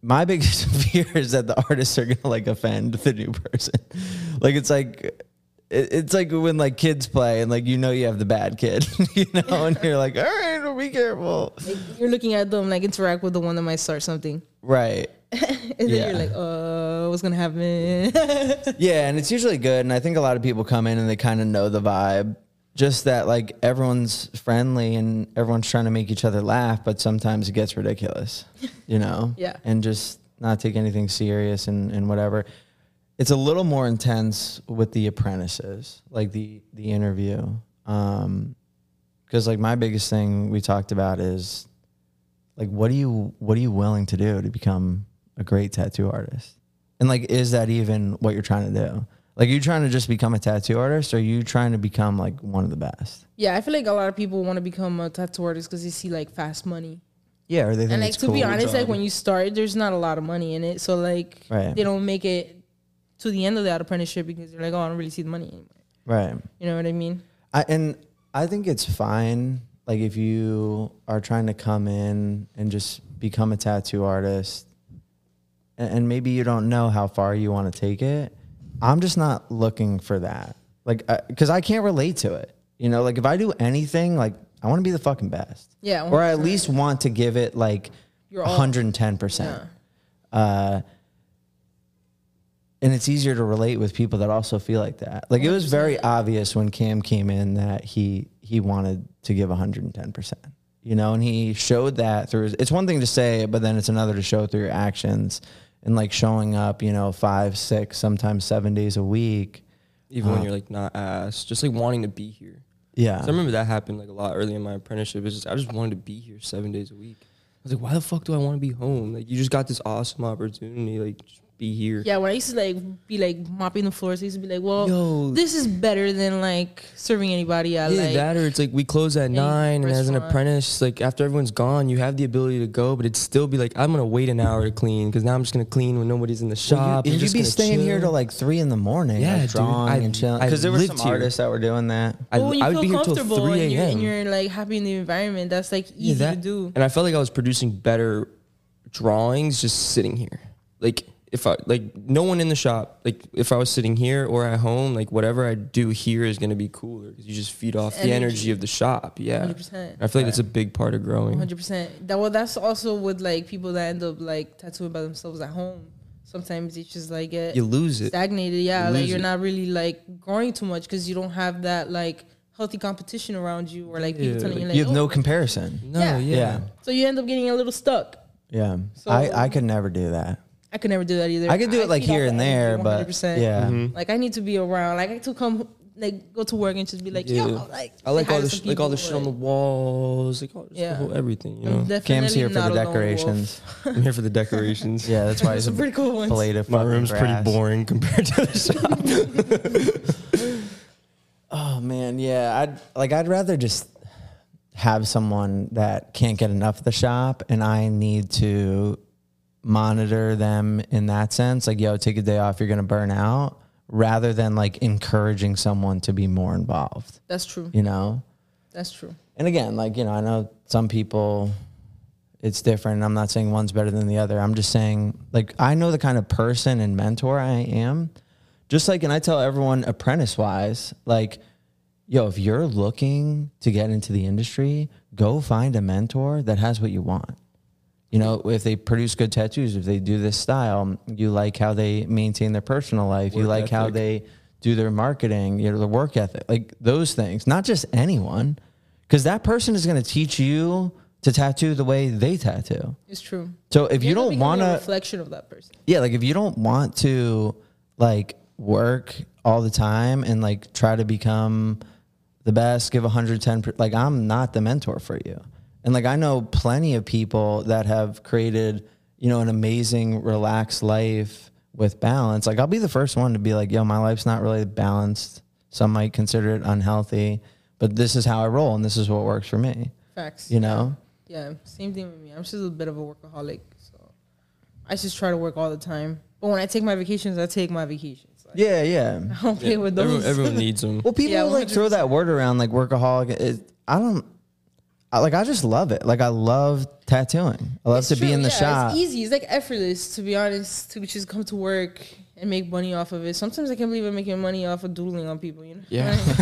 S3: my (laughs) biggest fear is that the artists are gonna like offend the new person like it's like it- it's like when like kids play and like you know you have the bad kid (laughs) you know and you're like all right well, be careful
S5: You're looking at them like interact with the one that might start something. (laughs)
S3: right
S5: And then
S3: Yeah.
S5: you're like, uh, what's gonna happen? (laughs)
S3: (laughs) yeah and it's usually good and i think a lot of people come in and they kind of know the vibe just that like everyone's friendly and everyone's trying to make each other laugh but sometimes it gets ridiculous you know
S5: Yeah.
S3: and just not take anything serious and, and whatever it's a little more intense with the apprentices like the the interview um because like my biggest thing we talked about is like what are you what are you willing to do to become a great tattoo artist and like is that even what you're trying to do like are you trying to just become a tattoo artist or are you trying to become like one of the best
S5: yeah, I feel like a lot of people want to become a tattoo artist because they see like fast money.
S3: yeah or they think
S5: and like
S3: it's
S5: to
S3: cool
S5: be honest, like when you start, there's not a lot of money in it, so like
S3: Right.
S5: they don't make it to the end of that apprenticeship because they're like, oh, I don't really see the money anymore.
S3: right
S5: You know what I mean?
S3: I, and I think it's fine. Like if you are trying to come in and just become a tattoo artist, and, and maybe you don't know how far you want to take it. I'm just not looking for that. Like, because I can't relate to it. You know, like if I do anything, like I want to be the fucking best.
S5: Yeah,
S3: Or I at least want to give it like
S5: Your all.
S3: 110%. Uh, and it's easier to relate with people that also feel like that. Like it was very obvious when Cam came in that he he wanted to give 110%. You know, and he showed that through his, it's one thing to say it, but then it's another to show through your actions and like showing up, you know, 5, 6, sometimes 7 days a week.
S6: Even
S3: Uh-huh.
S6: when you're like not asked, just like wanting to be here.
S3: Yeah.
S6: 'Cause I remember that happened like a lot early in my apprenticeship. It's just I just wanted to be here seven days a week. I was like, why the fuck do I want to be home? Like you just got this awesome opportunity, like just be here.
S5: Yeah, when I used to like be like mopping the floors, I used to be like, "Well,
S6: Yo.
S5: this is better than like serving anybody." I
S6: Yeah,
S5: like
S6: that or it's like we close at nine, and as an
S5: restaurant.
S6: apprentice, like after everyone's gone, you have the ability to go, but it'd still be like I'm gonna wait an hour to clean because now I'm just gonna clean when nobody's in the shop.
S3: you,
S6: I'm
S3: would
S6: just
S3: be
S6: gonna
S3: staying here
S6: chill.
S3: till like three in the morning,
S6: Yeah,
S3: yeah,
S6: dude,
S3: drawing
S6: I-
S3: and chilling.
S6: I
S3: Because there were some
S6: lived here.
S3: artists that were doing that.
S6: I,
S5: But when you
S6: I would
S5: feel
S6: be here till
S5: comfortable
S6: three
S5: and, you're,
S6: a.m.
S5: and you're like happy in the environment, that's like
S6: Yeah,
S5: easy to
S6: that-
S5: do.
S6: And I felt like I was producing better drawings just sitting here. Like if I like no one in the shop. Like if I was sitting here or at home, like whatever I do here is gonna be cooler because you just feed off the energy
S5: energy.
S6: of the shop. Yeah,
S5: 100%.
S6: I feel like that's a big part of growing.
S5: Hundred percent. That well, that's also with like people that end up like tattooing by themselves at home. Sometimes it's just like get
S6: You lose it.
S5: stagnated. Yeah,
S6: You
S5: like
S6: lose
S5: you're
S6: it.
S5: not really like growing too much because you don't have that like healthy competition around you or like people
S6: Yeah,
S5: telling you like
S3: You have
S5: oh.
S3: no comparison.
S6: No,
S5: Yeah.
S6: yeah.
S3: Yeah.
S5: So you end up getting a little stuck.
S3: Yeah.
S5: So-
S3: I, I could never do that.
S5: I could never do that either.
S3: I could do it like
S5: feed off
S3: here
S5: the
S3: and there,
S5: energy
S3: but
S5: 100%.
S3: yeah.
S6: Mm-hmm.
S5: Like I need to be around. Like I to come like go to work and just be like
S6: Yeah.
S5: yo like
S6: I
S5: say
S6: like
S5: hi
S6: all
S5: to
S6: the
S5: some
S6: sh- like all the
S5: people
S6: shit on
S5: or-
S6: the walls, like all, just
S5: Yeah.
S6: the whole everything. You
S5: I'm (laughs)
S6: know,
S5: definitely
S3: Cam's here for
S5: not a lone
S3: the
S5: wolf.
S3: decorations.
S6: I'm here for the decorations.
S3: Yeah, that's why it's a
S5: (laughs) Some pretty cool ones.
S3: blade of
S6: my
S3: fucking
S6: room's pretty
S3: grass.
S6: boring compared to the shop.
S5: (laughs)
S3: Oh man, yeah. I'd like I'd rather just have someone that can't get enough of the shop and I need to monitor them in that sense. Like, yo, take a day off, you're gonna burn out, rather than like encouraging someone to be more involved,
S5: That's true.
S3: you know?
S5: That's true.
S3: And again, like, you know, I know some people it's different. I'm not saying one's better than the other. I'm just saying like I know the kind of person and mentor I am. Just like and I tell everyone apprentice wise, like, yo, if you're looking to get into the industry, go find a mentor that has what you want. You know, if they produce good tattoos, if they do this style, you like how they maintain their personal life, you
S6: Work
S3: like how
S6: ethic.
S3: they do their marketing, you know, the work ethic, like those things, not just anyone, because that person is going to teach you to tattoo the way they tattoo.
S5: It's true.
S3: So if you
S5: end up
S3: don't
S5: becoming
S3: want
S5: a
S3: to,
S5: reflection of that person.
S3: yeah, like if you don't want to like work all the time and like try to become the best, give 110, per- like I'm not the mentor for you. And like I know plenty of people that have created, you know, an amazing, relaxed life with balance. Like I'll be the first one to be like, yo, my life's not really balanced. Some might consider it unhealthy, but this is how I roll and this is what works for me,
S5: Facts.
S3: you know?
S5: Yeah, same thing with me. I'm just a bit of a workaholic, so I just try to work all the time. But when I take my vacations, I take my vacations. Like,
S3: Yeah, yeah.
S5: (laughs) I don't play with those.
S6: everyone,
S5: (laughs)
S6: everyone needs them.
S3: Well, people
S5: Yeah,
S3: like throw that word around, like workaholic. It, I don't. I, like I just love it. Like I love tattooing. I love
S5: It's
S3: to be
S5: true,
S3: in the
S5: yeah,
S3: shop.
S5: It's easy. It's like effortless, to be honest. To just come to work and make money off of it. Sometimes I can't believe I'm making money off of doodling on people. You know?
S6: Yeah.
S5: (laughs) I'm
S3: (laughs)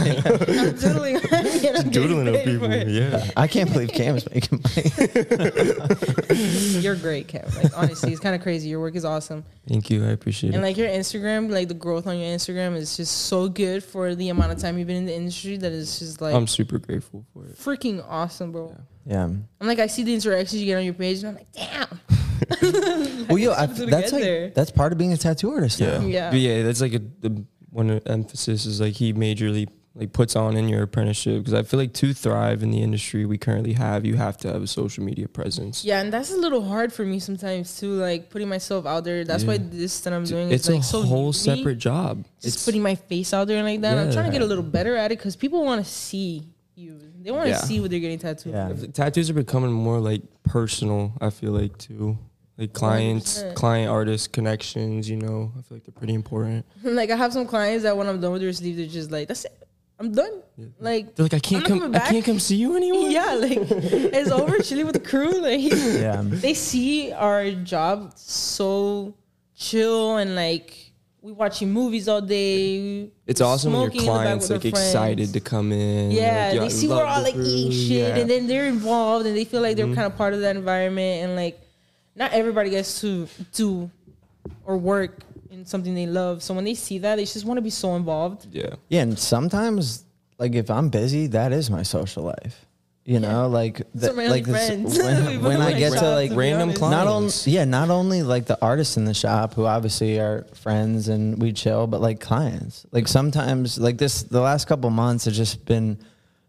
S5: doodling. (laughs) and I'm getting
S6: Doodling on
S5: paid
S6: people.
S5: for it.
S6: Yeah.
S3: I can't believe Cam is making
S5: (laughs)
S3: money.
S5: You're great, Kev. Like honestly, it's kind of crazy. Your work is awesome.
S3: (laughs)
S6: Thank you. I appreciate it.
S5: And like your Instagram, like the growth on your Instagram is just so good for the amount of time you've been in the industry that it's just like
S6: I'm super grateful for it.
S5: freaking awesome, bro.
S3: Yeah.
S5: I'm like, I see the interactions you get on your page, and I'm like, damn.
S3: Well, yo, I,
S5: Just to
S3: that's
S5: get
S3: like
S5: there.
S3: that's part of being a tattoo artist. Yeah.
S5: Yeah.
S6: But yeah, that's like a, the one emphasis is like he majorly like puts on in your apprenticeship because I feel like to thrive in the industry we currently have, you have to have a social media presence.
S5: Yeah, and that's a little hard for me sometimes too, like putting myself out there. That's why this that I'm doing
S6: It's
S5: is like
S6: a
S5: so
S6: whole
S5: new to me.
S6: separate job.
S5: Just
S6: It's-
S5: putting my face out there and like that. I'm trying to get a
S6: Yeah.
S5: little better at it because people want to see you. They want to
S6: Yeah.
S5: see what they're getting tattooed.
S3: Yeah.
S5: with.
S6: tattoos are becoming more like personal. I feel like too. Like clients,
S5: 100%.
S6: client artist connections, you know, I feel like they're pretty important.
S5: (laughs) like I have some clients that when I'm done with their sleeve, they're just like, that's it. I'm done. Like (laughs)
S6: They're like, I
S5: I'm
S6: can't
S5: not
S6: come,
S5: coming
S6: I
S5: back.
S6: can't come see you
S5: (laughs)
S6: anymore.
S5: yeah, like it's over chilling with the crew. Like (laughs)
S3: Yeah.
S5: they see our job so chill and like we watching movies all day.
S6: It's awesome when your
S5: smoking in the back
S6: clients
S5: with
S6: like
S5: their friends.
S6: excited to come in.
S5: Yeah,
S6: like, yo, I
S5: they see we're
S6: love
S5: all
S6: the
S5: like eating
S6: food,
S5: shit,
S6: yeah.
S5: and then they're involved, and they feel like they're kind of part of that environment, and like not everybody gets to do or work in in something they love. So when they see that, they just want to be so involved.
S6: Yeah.
S3: Yeah, and sometimes like if I'm busy, that is my social life. You know, like the,
S5: So my only
S3: like this-
S5: friends. (laughs)
S3: when,
S5: We've
S3: when I
S5: only
S3: get
S5: shot,
S3: to like
S5: be
S6: random
S5: honest.
S6: clients.
S3: not only yeah, not only like the artists in the shop who obviously are friends and we chill, but like clients. Like sometimes like this the last couple months it's just been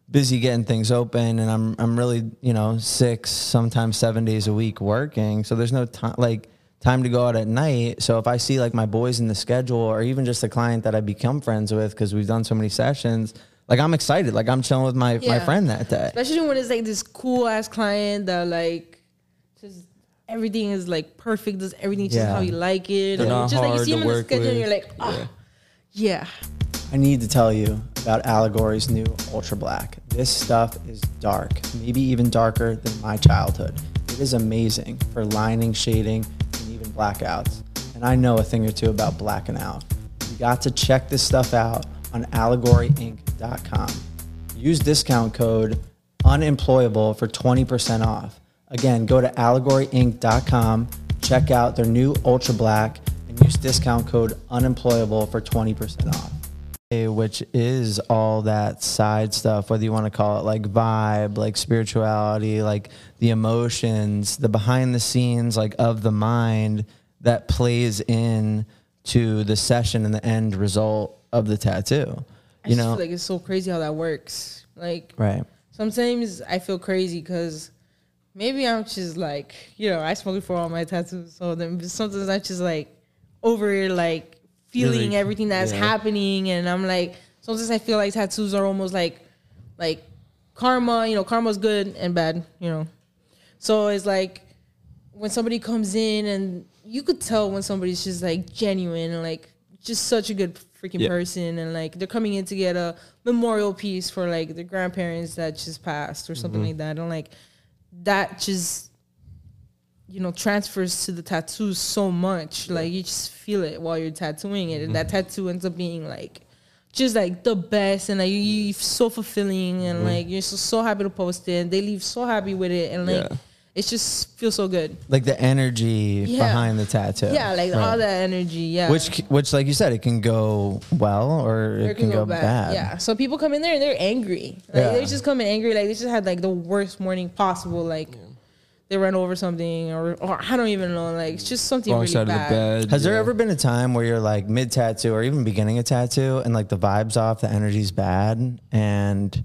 S3: busy getting things open and I'm I'm really, you know, 6 sometimes 7 days a week working. So there's no time like time to go out at night. So if I see like my boys in the schedule or even just a client that I become friends with cuz we've done so many sessions, like I'm excited. Like I'm chilling with my my
S5: Yeah.
S3: friend that day.
S5: Especially when it's like this cool ass client that like just everything is like perfect, does everything just
S3: Yeah.
S5: how you like it.
S6: They're
S5: and
S6: not
S5: just like you
S6: hard
S5: see
S6: to
S5: them in the
S6: work
S5: schedule and
S6: with.
S5: you're like, oh yeah.
S3: I need to tell you about Allegory's new Ultra Black. This stuff is dark, maybe even darker than my childhood. It is amazing for lining, shading, and even blackouts. And I know a thing or two about blacking out. You got to check this stuff out on allegoryinc.com. Use discount code unemployable for 20% off. Again, go to allegoryinc.com, check out their new Ultra Black, and use discount code unemployable for 20% off which is all that side stuff, whether you want to call it like vibe, like spirituality, like the emotions, the behind the scenes, like of the mind that plays in to the session and the end result of the tattoo.
S5: I
S3: You
S5: just
S3: know,
S5: feel like it's so crazy how that works. Like
S3: right?
S5: sometimes I feel crazy because maybe I'm just like, you know, I smoke for all my tattoos. So then sometimes I'm just like over like feeling everything that's happening. And I'm like, sometimes I feel like tattoos are almost like, like karma, you know, karma's good and bad, you know. So it's like when somebody comes in and you could tell when somebody's just like genuine and like just such a good freaking
S6: Yeah.
S5: person and like they're coming in to get a memorial piece for like their grandparents that just passed or something
S6: Mm-hmm.
S5: like that and like that just you know transfers to the tattoo so much like you just feel it while you're tattooing it and
S6: Mm-hmm.
S5: that tattoo ends up being like just like the best and like you, you're so fulfilling and
S6: Mm-hmm.
S5: like you're so, so happy to post it and they leave so happy with it and like
S6: Yeah.
S5: it just feels so good
S3: Like the energy
S5: Yeah.
S3: behind the tattoo.
S5: yeah like
S3: Right.
S5: all that energy yeah
S3: Which, c- which, like you said, it can go well or it,
S5: Or
S3: can, go, bad.
S5: yeah so people come in there and they're angry like
S3: Yeah.
S5: they just come in angry like they just had like the worst morning possible like they ran over something or, or i don't even know like it's just something
S6: Wrong
S5: really
S6: side
S5: bad
S6: of the bed.
S3: Has there
S6: yeah.
S3: ever been a time where you're like mid tattoo or even beginning a tattoo and like the vibes off, the energy's bad, and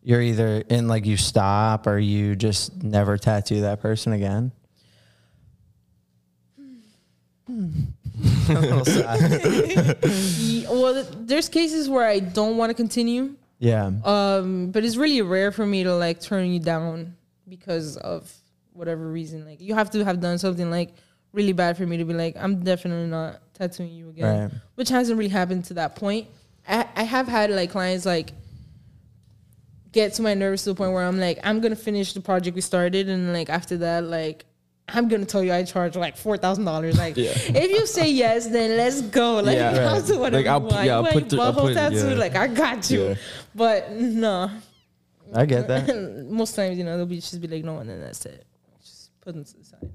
S3: you're either in like you stop or you just never tattoo that person (laughs) again? A little sigh.
S5: Ye- well there's cases where i don't want to continue
S3: yeah.
S5: um but it's really rare for me to like turn you down because of whatever reason like you have to have done something like really bad for me to be like i'm definitely not tattooing you again
S3: Right.
S5: which hasn't really happened to that point I, I have had like clients like get to my nerves to the point where i'm like i'm gonna finish the project we started and like after that like i'm gonna tell you i charge like four thousand dollars like
S6: Yeah.
S5: if you say yes then let's go like
S6: Yeah.
S5: (laughs) i'll do whatever
S6: Like, I'll
S5: you
S6: put-
S5: want.
S6: yeah, I'll
S5: You want
S6: put the-
S5: your
S6: I'll
S5: butthole
S6: put-
S5: tattoo?
S6: yeah.
S5: like i got you
S6: Yeah.
S5: but no
S3: I get that.
S5: (coughs) most times, you know, they'll be just be like, no, and then that's it. Just put them to the side.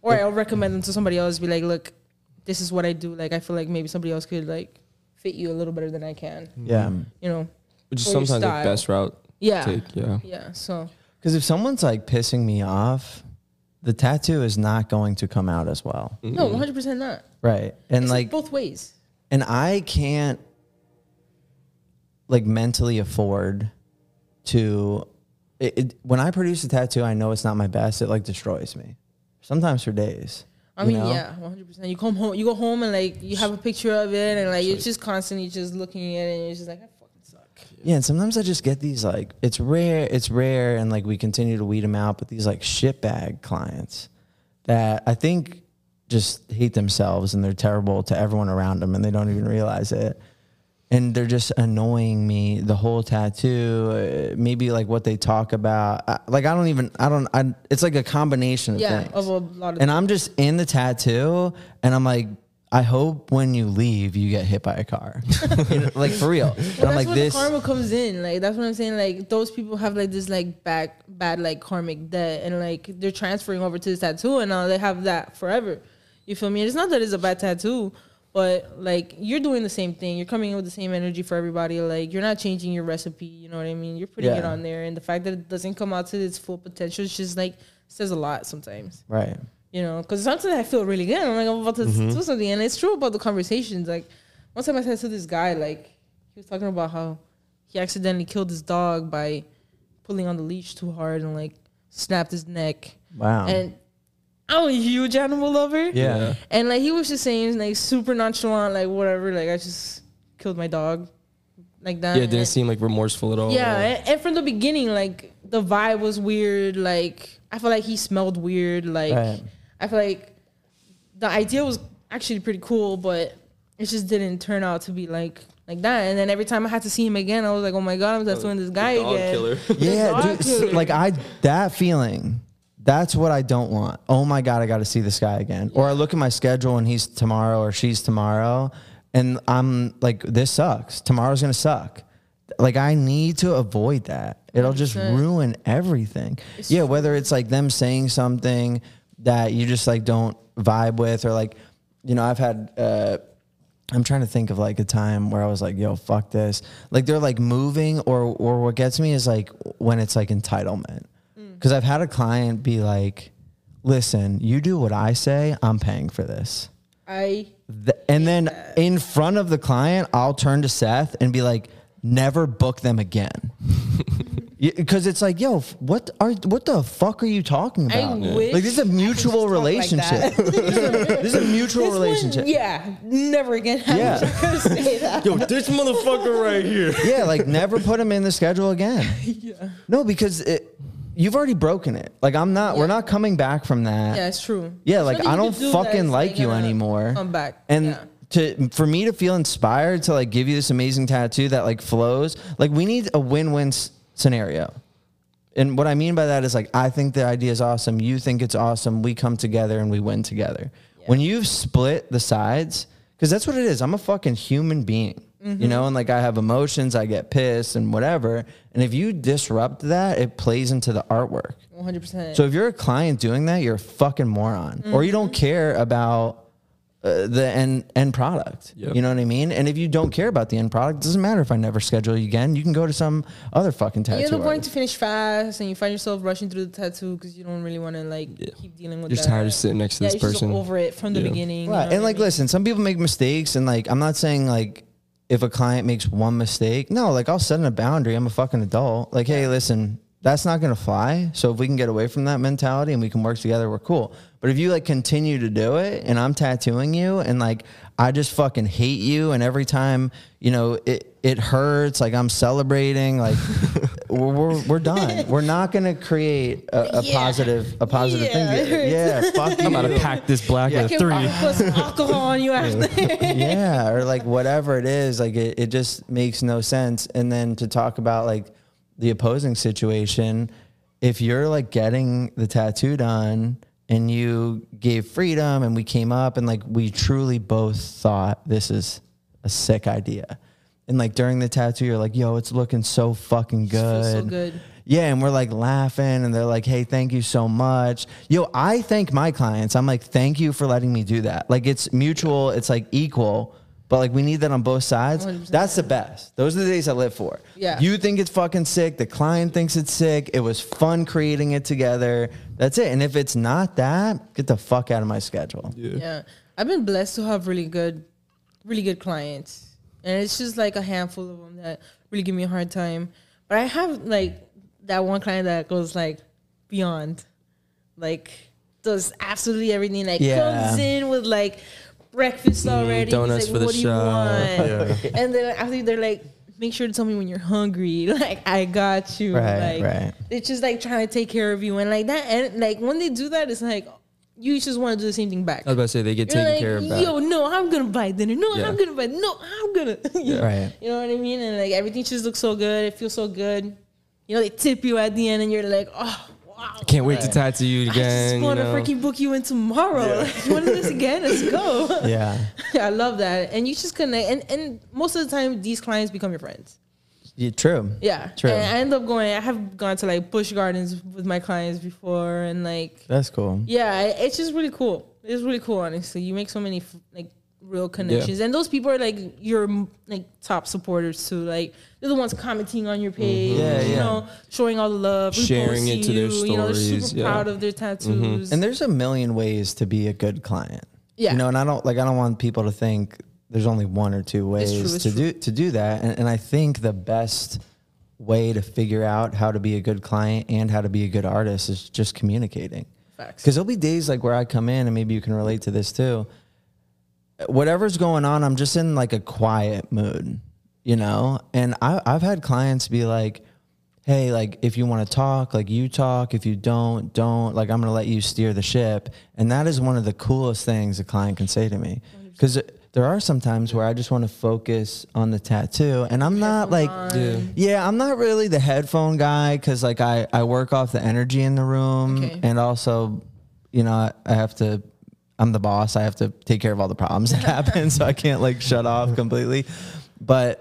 S5: Or I'll recommend them to somebody else. Be like, look, this is what I do. Like, I feel like maybe somebody else could like fit you a little better than I can.
S3: (laughs) Yeah.
S5: You know?
S6: Which is
S5: or your
S6: sometimes the
S5: style.
S6: best route
S5: Yeah.
S6: to take. Yeah.
S5: Yeah. So
S3: Because if someone's like pissing me off, the tattoo is not going to come out as well.
S5: no, one hundred percent not.
S3: Right. Mm. And
S5: It's like
S3: like,
S5: both ways.
S3: and I can't like mentally afford to it, it, when I produce a tattoo, I know it's not my best. It like destroys me sometimes for days.
S5: I
S3: you
S5: mean,
S3: know?
S5: yeah, one hundred percent. You come home, you go home, and like you have a picture of it, and like you're just constantly just looking at it, and you're just like, I fucking suck.
S3: Yeah, and sometimes I just get these like it's rare, it's rare, and like we continue to weed them out. But these like shitbag clients that I think just hate themselves and they're terrible to everyone around them, and they don't even realize it. And they're just annoying me the whole tattoo. Uh, maybe like what they talk about. I, like I don't even I don't. I, it's like a combination of
S5: Yeah,
S3: things.
S5: of a lot of.
S3: and I'm just in the tattoo, and I'm like. I hope when you leave, you get hit by a
S5: (laughs)
S3: car, (laughs) You know, like for real. And
S5: But
S3: I'm
S5: that's
S3: like
S5: where
S3: this.
S5: the karma comes in. Like that's what I'm saying. Like those people have like this like bad bad like karmic debt, and like they're transferring over to this tattoo, and now they have that forever. You feel me? It's not that it's a bad tattoo, But like you're doing the same thing. You're coming in with the same energy for everybody. Like you're not changing your recipe. You know what I mean? You're putting it
S3: Yeah.
S5: on there, and the fact that it doesn't come out to its full potential is just like says a lot sometimes.
S3: Right.
S5: You know, because sometimes I feel really good. I'm like I'm about to s- do something, and it's true about the conversations. Like one time I said to this guy, like he was talking about how he accidentally killed his dog by pulling on the leash too hard and like snapped his neck.
S3: Wow.
S5: And I'm a huge animal lover.
S3: Um. yeah.
S5: And like he was just saying like super nonchalant, like whatever, like I just killed my dog. Like that.
S6: Yeah, it didn't Oh.
S5: And-
S6: seem like remorseful at all.
S5: yeah, and, and from the beginning, like the vibe was weird. Like I feel like he smelled weird. Like
S3: Right.
S5: I feel like the idea was actually pretty cool, but it just didn't turn out to be like like that. And then every time I had to see him again, I was like, oh my god, I'm tattooing this guy
S6: dog
S5: again. (laughs)
S6: killer. (laughs)
S3: Yeah,
S5: dog
S3: dude, s-
S5: killer.
S3: like I that feeling. That's what I don't want. Oh my god, I got to see this guy again. Or I look at my schedule and he's tomorrow or she's tomorrow, and I'm like, this sucks. Tomorrow's gonna suck. Like I need to avoid that. It'll just ruin everything. yeah, whether it's like them saying something that you just like don't vibe with, or like, you know, I've had. uh I'm trying to think of like a time where I was like, yo, fuck this. Like they're like moving or or what gets me is like when it's like entitlement.
S5: Mm.
S3: Cuz I've had a client be like, "Listen, you do what I say, I'm paying for this."
S5: I
S3: Th- and then in front of the client, I'll turn to Seth and be like, "Never book them
S5: (laughs)
S3: again." Because it's like, yo, f- what are what the fuck are you talking
S5: I
S3: about?
S5: wish
S3: like this is a
S5: I could just
S3: mutual
S5: talk like
S3: relationship. (laughs)
S5: that.
S3: this, is
S5: (laughs)
S3: a, this is a mutual
S5: This one,
S3: relationship.
S5: yeah, never again. I
S3: Yeah.
S5: wish I could say
S3: (laughs)
S5: that.
S6: Yo, this motherfucker right here.
S3: yeah, like never put him in the schedule again. No, because it, you've already broken it. Like I'm not. We're not coming back from that.
S5: Yeah, it's true.
S3: Yeah,
S5: There's
S3: like
S5: nothing
S3: I
S5: you
S3: don't
S5: can do
S3: fucking
S5: that's,
S3: like you
S5: gonna
S3: anymore.
S5: Come back.
S3: And
S5: yeah.
S3: to for me to feel inspired to like give you this amazing tattoo that like flows, like we need a win-win s- scenario. And what I mean by that is like I think the idea is awesome, you think it's awesome, we come together and we win together. When you've split the sides, cuz that's what it is. I'm a fucking human being. You know, and like I have emotions, I get pissed and whatever. And if you disrupt that, it plays into the artwork.
S5: 100%.
S3: So if you're a client doing that, you're a fucking moron, or you don't care about uh, the end end product.
S6: Yep.
S3: You know what I mean? And if you don't care about the end product, it doesn't matter if I never schedule you again. You can go to some other fucking tattoo.
S5: you end up wanting
S3: artist.
S5: to finish fast and you find yourself rushing through the tattoo because you don't really want to like keep dealing with that.
S6: You're just tired of sitting next to
S5: yeah,
S6: this
S5: you're just
S6: person.
S5: over it from the
S6: Yeah.
S5: beginning. you
S3: Right.
S5: know
S3: And
S5: what I
S3: like,
S5: mean?
S3: listen, some people make mistakes, and like, I'm not saying like if a client makes one mistake, no, like I'll set in a boundary. I'm a fucking adult. Like, hey, listen, that's not gonna fly. So if we can get away from that mentality and we can work together, we're cool. But if you like continue to do it, and I'm tattooing you, and like I just fucking hate you, and every time you know it. It hurts. Like I'm
S4: (laughs)
S3: celebrating. Like we're, we're, we're done. We're not gonna create a, a positive a positive
S5: Yeah, (laughs)
S3: thing.
S5: it
S3: Here.
S5: hurts.
S3: Yeah, fuck you.
S4: I'm about to pack this black
S5: I
S4: with
S5: can
S4: three.
S5: I'll put some alcohol on you
S6: (laughs)
S5: after.
S3: yeah or like whatever it is like it, it just makes no sense and then to talk about like the opposing situation if you're like getting the tattoo done and you gave freedom and we came up and like we truly both thought this is a sick idea and like during the tattoo you're like yo it's looking so fucking
S5: feels so
S3: good
S5: good.
S3: yeah, and we're like laughing, and they're like, "Hey, thank you so much." Yo, I thank my clients. I'm like, "Thank you for letting me do that." Like it's mutual, it's like equal, but like we need that on both sides. That's the best. Those are the days I live for.
S5: Yeah.
S3: you think it's fucking sick. The client thinks it's sick. It was fun creating it together. That's it. And if it's not that, get the fuck out of my schedule.
S5: yeah. I've been blessed to have really good, really good clients. And it's just like a handful of them that really give me a hard time. But I have like that one client that goes like beyond, like does absolutely everything. Like
S3: Yeah.
S5: comes in with like breakfast already.
S6: donuts
S5: He's like,
S6: for the
S5: what do you
S6: shop."
S5: want? (laughs) And then after they're like, make sure to tell me when you're hungry. (laughs) Like I got you.
S3: Right,
S5: like
S3: right.
S5: it's just like trying to take care of you and like that. And like when they do that, it's like you just want to do the same thing back.
S6: I was about to say they get taken
S5: You're like,
S6: care of.
S5: Yo,
S6: Back.
S5: no, I'm gonna buy dinner. No,
S6: Yeah.
S5: I'm gonna buy. No, I'm gonna. (laughs) you know-
S3: Right.
S5: You know what I mean? And like everything just looks so good. It feels so good. You know, they tip you at the end, and you're like, oh wow.
S6: Can't wait to tattoo you
S5: I just
S6: again. you
S5: want to
S6: know?
S5: freaking book you in tomorrow. Like, (laughs) you want to do this again? Let's
S6: (laughs)
S5: go.
S3: Yeah,
S5: (laughs) I love that. And you just connect. And and most of the time, these clients become your friends.
S3: yeah true.
S5: Yeah.
S3: True.
S5: And I end up going. I have gone to like Bush Gardens with my clients before, and like
S3: That's cool.
S5: yeah, i- it's just really cool. It's really cool, honestly. You make so many f- like real connections. And those people are like your mm, like top supporters too. Like they're the ones commenting on your page,
S3: Yeah,
S5: you
S3: yeah.
S5: know, showing all the love,
S6: Mm-hmm. Sharing it
S5: reposting
S6: to their
S5: you, You know, they're
S6: stories,
S5: super
S6: yeah. Mm-hmm.
S5: proud of their tattoos.
S3: And there's a million ways to be a good client.
S5: Yeah.
S3: You know, and I don't like I don't want people to think there's only one or two ways
S5: true, it's
S3: to
S5: true.
S3: do to do that. And, and I think the best way to figure out how to be a good client and how to be a good artist is just communicating.
S5: Facts.
S3: Because there'll be days like where I come in, and maybe you can relate to this too. Whatever's going on, I'm just in like a quiet mood, you know? And I, I've had clients be like, hey, like if you want to talk, like you talk. If you don't, don't. Like I'm going to let you steer the ship. And that is one of the coolest things a client can say to me. Because there are some times where I just want to focus on the tattoo, and I'm not like,
S6: Yeah.
S3: yeah, I'm not really the headphone guy because like I, I work off the energy in the room
S5: Okay.
S3: and also, you know, I- I have to, I'm the boss. I have to take care of all the problems that (laughs) happen. so I can't like shut off completely. But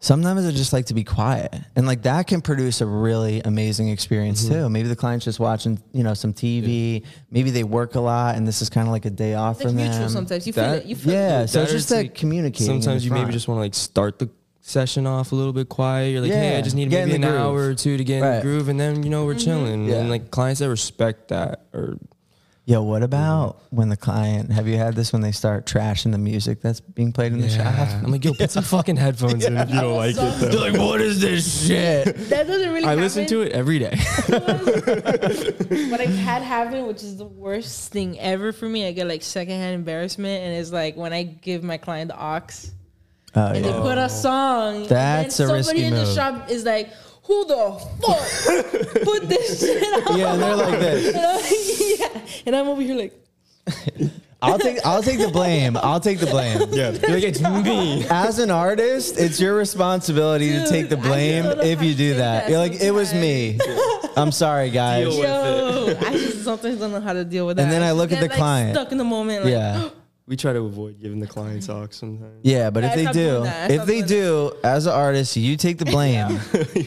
S3: sometimes I just like to be quiet and like that can produce a really amazing
S6: Mm-hmm.
S3: experience too. Maybe the client's just watching, you know, some TV. Maybe they work a lot and this is kind of like a day off
S5: It's
S3: for
S5: like
S3: them.
S5: mutual sometimes. You feel
S6: That-
S5: it. You feel it.
S3: Yeah.
S6: Dude,
S3: So it's
S6: that or
S3: just like, communicating. in the
S6: Sometimes you maybe
S3: front.
S6: just want to like start the session off a little bit quiet. You're like, hey,
S3: Yeah,
S6: I just need
S3: get in
S6: maybe an
S3: the groove.
S6: hour or two to get in
S3: Right.
S6: the groove, and then you know we're chilling.
S3: Yeah.
S6: And like clients that respect that or
S3: Yo, what about when the client? Have you had this when they start trashing the music that's being played in the
S6: Yeah.
S3: shop?
S6: I'm like, (laughs) yo,
S3: (laughs)
S6: put some fucking headphones in if you don't like it. Though.
S3: like, what is this shit?
S5: That doesn't really.
S6: I
S5: happen.
S6: listen to it every day.
S5: What I've had happen, which is the worst thing ever for me, I get like secondhand embarrassment, and it's like when I give my client the ox
S3: (laughs) Oh,
S5: and
S3: yeah.
S5: they put a song. and
S3: That's
S5: then
S3: a risky
S5: Somebody in the
S3: move.
S5: shop is like, "Who the
S3: (laughs)
S5: fuck put this shit on?"
S3: yeah, and they're like this.
S5: And I'm like, yeah, and I'm over here like,
S3: I'll take, I'll take the blame. I'll take the blame.
S6: (laughs) yeah, like it's me.
S3: As an artist, it's your responsibility to
S5: Dude,
S3: take the
S5: I
S3: blame
S5: don't know
S3: if
S5: how
S3: you
S5: to
S3: do
S5: take
S3: that.
S5: that
S3: You're like, it was me. I'm sorry, guys.
S6: Deal
S5: "Yo,"
S6: with-
S5: I just sometimes don't know how to deal with that.
S3: And then I
S5: just
S3: look at
S5: get,
S3: the
S5: like,
S3: client.
S5: stuck in the moment. Like,
S3: Yeah.
S6: We try to avoid giving the clients socks sometimes.
S3: Yeah, but if
S5: Yeah,
S3: they
S5: I stopped doing
S3: do,
S5: that. I
S3: if
S5: stopped
S3: they
S5: doing
S3: do, as an artist, you take the blame.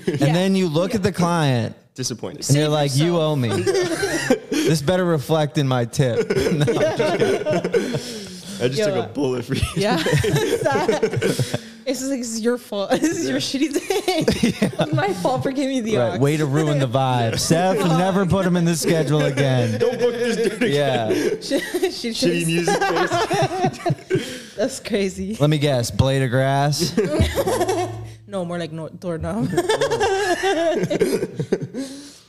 S3: And then you look at the client
S6: Disappointed.
S3: and you're like, you owe me. this better reflect in my tip.
S6: I just
S5: Yo,
S6: took
S5: uh,
S6: a bullet for you.
S5: (laughs)
S3: (laughs)
S5: Yeah. it's sad. It's just like, it's your fault. (laughs) This is your shitty
S3: (laughs)
S5: day. It's my fault for giving you the
S3: Right.
S5: ox.
S3: Way to ruin the vibe. Seth, never put him in the schedule
S6: (laughs)
S3: again.
S6: (laughs) Don't book this dude again.
S3: Yeah.
S5: (laughs) She
S6: Shitty
S5: just,
S6: music. taste.
S5: that's crazy.
S3: Let me guess. Blade of grass.
S5: No, more like no,
S6: (laughs)
S5: doorknob. that's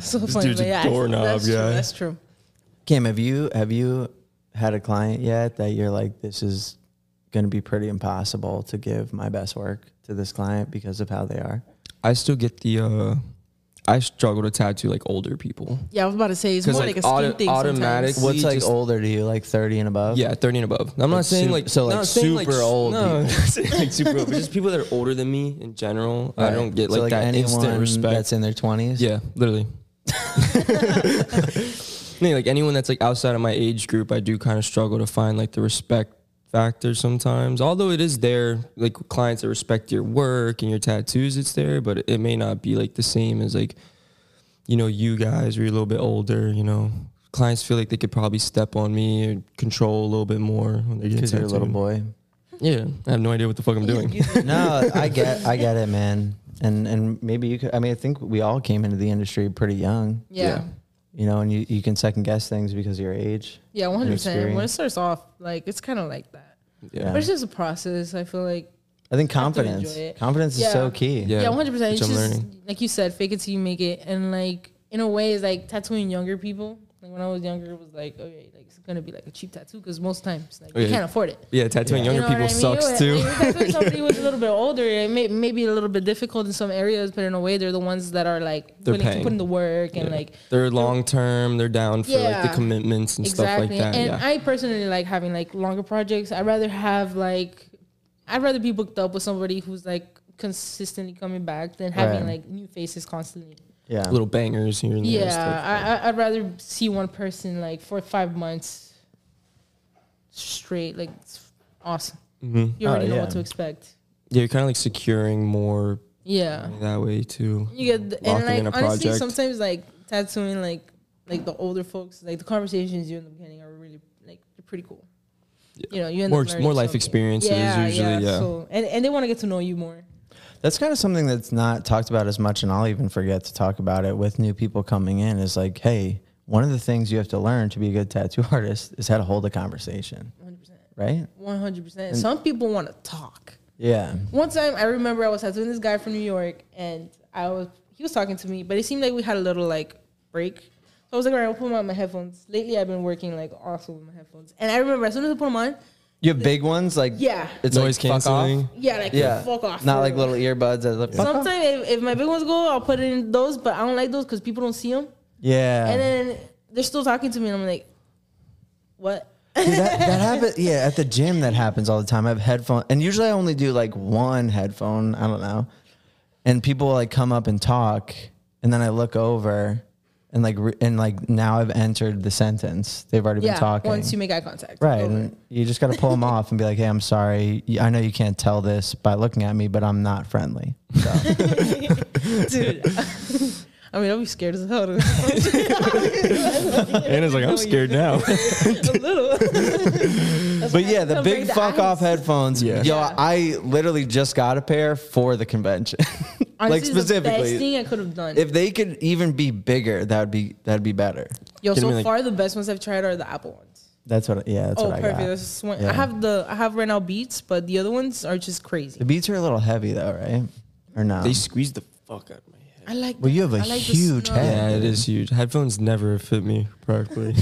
S5: so
S6: This
S5: funny.
S6: dude's
S5: but
S6: a
S5: yeah, I-
S6: doorknob
S5: that's
S6: guy.
S5: True, that's true.
S3: Kim, have you have you had a client yet that you're like, this is gonna be pretty impossible to give my best work to this client because of how they are?
S6: I still get the. uh I struggle to tattoo like older people.
S5: Yeah, I was about to say it's
S6: 'Cause,
S5: more like,
S6: like,
S5: a skin
S6: auto-
S5: thing.
S6: automatic-
S5: Sometimes.
S3: What's
S6: See,
S3: like
S6: just-
S3: older to you, like thirty and above?
S6: Yeah, 30 and above. I'm not saying
S3: sup-
S6: like
S3: so, like,
S6: not saying, like,
S3: super
S6: s-
S3: old
S6: No, I'm (laughs) not saying, like super old, but just people that are older than me in general. I
S3: Right.
S6: don't get
S3: So,
S6: like, that instant respect.
S3: that's in their twenties.
S6: yeah,
S3: (laughs)
S6: literally. No, like anyone that's like outside of my age group, I do kind of struggle to find like the respect factor sometimes. Although it is there, like clients that respect your work and your tattoos, it's there, but it may not be like the same as like you know, you guys are a little bit older, you know. Clients feel like they could probably step on me or control a little bit more when they get
S3: because you're a little
S6: tattooed.
S3: boy.
S6: Yeah, I have no idea what the fuck I'm doing.
S3: no, I get, I get it, man. And and maybe you could. I mean, I think we all came into the industry pretty young,
S5: Yeah. yeah.
S3: you know, and you, you can second guess things because of your age.
S5: 100%. When it
S3: experience.
S5: starts off, like, it's kind of like that.
S3: Yeah.
S5: But it's just a process. I feel like
S3: I think
S5: have to enjoy
S3: confidence,
S5: it.
S3: confidence is so
S5: Yeah.
S3: key.
S6: Yeah.
S5: Yeah, one hundred percent.
S6: which
S5: It's
S6: I'm
S5: just
S6: learning.
S5: like you said, fake it till you make it, and like in a way, it's like tattooing younger people. Like when I was younger, it was like, okay, like it's gonna be like a cheap tattoo because most times like you
S6: Okay.
S5: can't afford it.
S6: (laughs) Yeah, tattooing
S5: You
S6: younger
S5: know
S6: people
S5: what I mean?
S6: sucks
S5: Like,
S6: too.
S5: if you're tattooing somebody who's a little
S6: (laughs)
S5: bit older, it may maybe a little bit difficult in some areas, but in a way, they're the ones that are like
S6: They're
S5: willing to
S6: paying.
S5: put in the work and like
S6: they're long term, they're down for like
S5: Yeah.
S6: the commitments and
S5: exactly.
S6: stuff like that.
S5: and
S6: yeah.
S5: I personally like having like longer projects. I'd rather have like I'd rather be booked up with somebody who's like consistently coming back than having
S3: Right.
S5: like new faces constantly.
S3: yeah.
S6: little bangers here and there. and stuff.
S5: Yeah, I, I, I'd rather see one person like for five months straight. Like, it's awesome. You already
S3: Oh,
S5: know
S3: yeah.
S5: what to expect.
S6: yeah, Mm-hmm. you're kind of like securing more
S5: Yeah,
S6: that way too.
S5: you get the,
S6: Locking
S5: and
S6: in a
S5: like honestly,
S6: project.
S5: sometimes like tattooing like like the older folks, like the conversations you in the beginning are really like they're pretty cool. you know, you end
S6: More
S5: up
S6: ex-
S5: learning
S6: more life
S5: something.
S6: experiences usually, yeah.
S5: So, and and they want to get to know you more.
S3: That's kind of something that's not talked about as much, and I'll even forget to talk about it with new people coming in. Is like, hey, one of the things you have to learn to be a good tattoo (laughs) artist is how to hold a conversation,
S5: 100%.
S3: right?
S5: 100%. Some people want to talk.
S3: Yeah,
S5: One time, I remember I was tattooing this guy from New York, and I was he was talking to me, but it seemed like we had a little like break. So I was like, all right, I'll put on my headphones. Lately, I've been working like also with my headphones, and I remember as soon as I put them on,
S3: you have big ones like
S5: yeah,
S3: it's
S6: Noise
S3: like, fuck off.
S6: canceling.
S5: yeah, like
S3: Yeah,
S5: fuck off,
S3: Not
S5: for
S3: like
S5: real.
S3: little earbuds. That like, fuck off.
S5: Sometimes if, if my big ones go, I'll put in those, but I don't like those because people don't see them,
S3: Yeah,
S5: and then they're still talking to me, and I'm like, what?
S3: Dude, that, that happens. Yeah, at the gym that happens all the time. I have headphones, and usually I only do like one headphone. I don't know, and people like come up and talk, and then I look over, and like re- and like now I've entered the sentence. They've already
S5: yeah,
S3: been talking.
S5: once you make eye contact,
S3: right,
S5: Over.
S3: and you just got to pull them off and be like, "Hey, I'm sorry. I know you can't tell this by looking at me, but I'm not friendly."
S6: (laughs)
S5: dude. I mean, I'll be scared as
S3: (laughs)
S5: hell. (laughs)
S6: Anna's like, I'm scared now.
S5: a little.
S3: But yeah, the
S5: Don't
S3: big
S5: break the
S3: fuck
S5: ice.
S3: off headphones.
S6: Yeah.
S3: Yo,
S5: Yeah.
S3: I literally just got a pair for the convention. like
S5: Honestly, it's the
S3: specifically,
S5: best thing I could have done.
S3: If they could even be bigger, that would be that'd be better.
S5: Yo,
S6: Give
S5: so
S6: me, like-
S5: far the best ones I've tried are the Apple ones.
S3: That's what. Yeah, that's
S5: oh,
S3: what I
S5: perfect.
S3: got.
S5: That's just one.
S3: Yeah.
S5: I have the I have right now Beats, but the other ones are just
S3: The
S5: crazy.
S3: beats are a little heavy though, right? Or no?
S6: they squeezed the fuck out of my head.
S5: I like.
S3: well, you have
S5: a
S3: a huge
S6: Yeah,
S3: head.
S6: it is huge. Headphones never fit me (laughs) properly.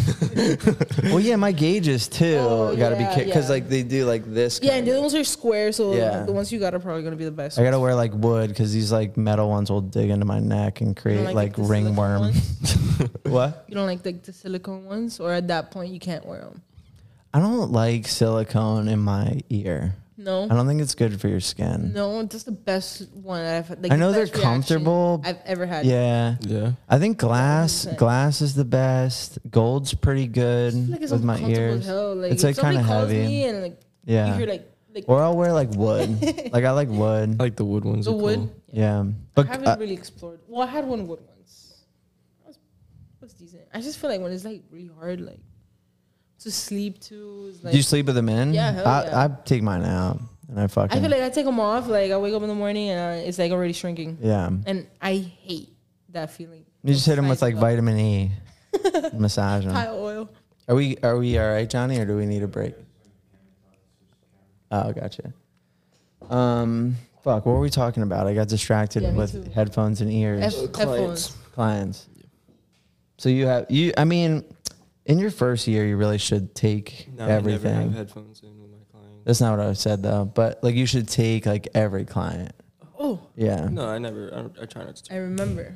S3: well, yeah, my gauges too
S5: Oh,
S3: got to
S5: yeah,
S3: be kicked because
S5: yeah.
S3: like they do like this.
S5: Yeah, and
S3: kind
S5: the
S3: of.
S5: other ones are square, so
S3: Yeah.
S5: the ones you got are probably gonna be the best.
S3: I gotta wear like wood because these like metal ones will dig into my neck and
S5: You don't
S3: create
S5: if
S3: like,
S5: the silicone (laughs)
S3: ringworm.
S5: ones?
S3: what?
S5: You don't like the, the silicone ones, or at that point you can't wear them.
S3: I don't like silicone in my ear.
S5: No,
S3: I don't think it's good for your skin.
S5: no, that's the best one I've like.
S3: I
S5: the
S3: know they're
S5: best reaction
S3: comfortable.
S5: I've ever had.
S3: Yeah.
S6: yeah.
S3: I think glass
S5: 100%.
S3: glass is the best. Gold's pretty good
S5: It's like it's
S3: with my
S5: uncomfortable as
S3: ears.
S5: hell. Like
S3: It's,
S5: if
S3: like,
S5: somebody
S3: kinda
S5: calls
S3: heavy.
S5: me and like you
S3: Yeah.
S5: hear like like
S3: Or I'll wear
S5: (laughs)
S3: like wood. like I like wood.
S6: I like the wood ones.
S5: the
S6: are cool.
S5: wood.
S3: Yeah.
S5: I
S3: But
S5: haven't
S3: uh,
S5: really explored. Well, I had one wood once. That was, was decent. I just feel like when it's like really hard, like to sleep too. Is like,
S3: do you sleep with them in?
S5: Yeah, hell
S3: I,
S5: yeah.
S3: I take mine out and I fucking.
S5: I feel like I take them off. Like I wake up in the morning and uh, it's like already shrinking,
S3: yeah.
S5: and I hate that feeling.
S3: You just hit them with like
S5: Size (laughs)
S3: vitamin E, massage
S5: up.
S3: 'em.
S5: Thai oil.
S3: Are we are we all right, Johnny, or do we need a break? Oh, gotcha. Um, fuck. What were we talking about? I got distracted
S5: Yeah, me
S3: with
S5: too.
S3: headphones and ears.
S5: F- headphones.
S3: clients. So you have you. I mean, in your first year, you really should take
S6: No, I never have
S3: everything.
S6: headphones in with my clients.
S3: That's not what I said though. But like, you should take like every client.
S5: Oh,
S3: Yeah.
S6: No, I never. I, I try not to.
S5: I remember.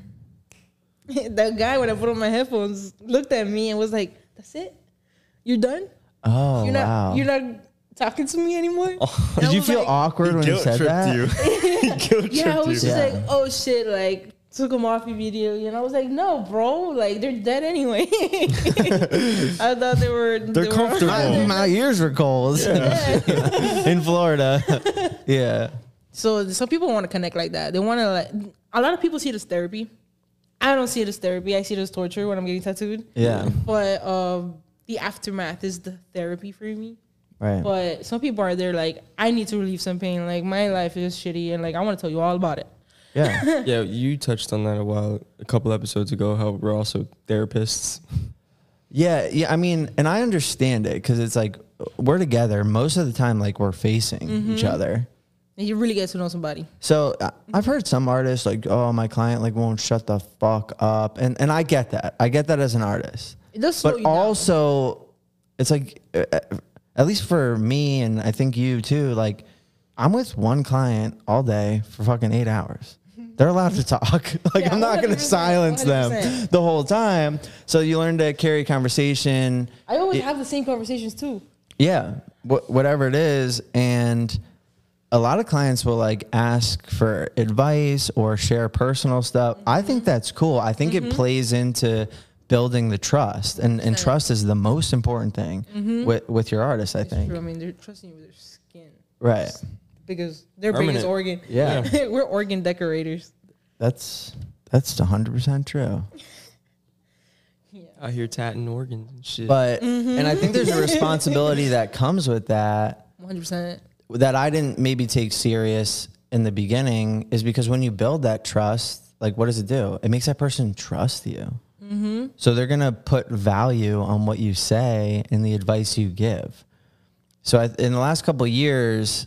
S5: (laughs) that guy when I put on my headphones looked at me and was like, "That's it. You're done.
S3: Oh
S5: you're not.
S3: wow. Oh,
S5: You're not talking to me anymore."
S3: Did
S5: I
S3: you
S5: was
S3: feel
S5: like-
S3: awkward when you (laughs) said that?
S5: Yeah, I was just
S3: Yeah.
S5: like, oh shit, like took him off immediately, and I was like, no, bro, like they're dead anyway. (laughs) I thought they were. They're
S3: (laughs)
S6: comfortable.
S3: My, my ears were cold (laughs) in
S5: (laughs)
S3: Florida. yeah.
S5: (laughs) So some people want to connect like that. They want to like. A lot of people see it as therapy. I don't see it as therapy. I see it as torture when I'm getting tattooed.
S3: Yeah.
S5: But um, the aftermath is the therapy for me.
S3: Right.
S5: But some people are there like, I need to relieve some pain. Like my life is shitty, and like I want to tell you all about it.
S3: yeah.
S6: yeah, you touched on that a while, a couple episodes ago. How we're also therapists.
S3: Yeah. Yeah. I mean, and I understand it because it's like we're together most of the time. Like we're facing
S5: Mm-hmm.
S3: each other.
S5: And you really get to know somebody.
S3: So I- I've heard some artists like, oh, my client like won't shut the fuck up, and and I get that. I get that as an artist,
S5: It does slow
S3: but
S5: you down.
S3: also it's like, uh, uh, at least for me, and I think you too. Like, I'm with one client all day for fucking
S5: (laughs)
S3: eight hours. They're allowed to talk. (laughs) Like,
S5: Yeah,
S3: I'm not gonna
S5: 100%,
S3: silence them
S5: 100%.
S3: the whole time. So you learn to carry conversation.
S5: I always
S3: It-
S5: have the same conversations too.
S3: Yeah, wh- whatever it is, and a lot of clients will like ask for advice or share personal stuff. I think that's cool. I think it plays into building the trust, and and trust is the most important thing with with your artist. I
S5: It's
S3: think
S5: true. I mean, they're trusting you with their skin
S3: right.
S5: because their
S6: Permanent.
S5: biggest organ.
S3: Yeah,
S5: (laughs) We're organ decorators.
S3: that's that's hundred percent true.
S6: out here tatting organs and shit.
S3: But and I think there's a responsibility that comes with that
S5: 100%.
S3: that I didn't maybe take serious in the beginning is because when you build that trust, like what does it do? It makes that person trust you. So they're gonna put value on what you say and the advice you give. So I, in the last couple of years,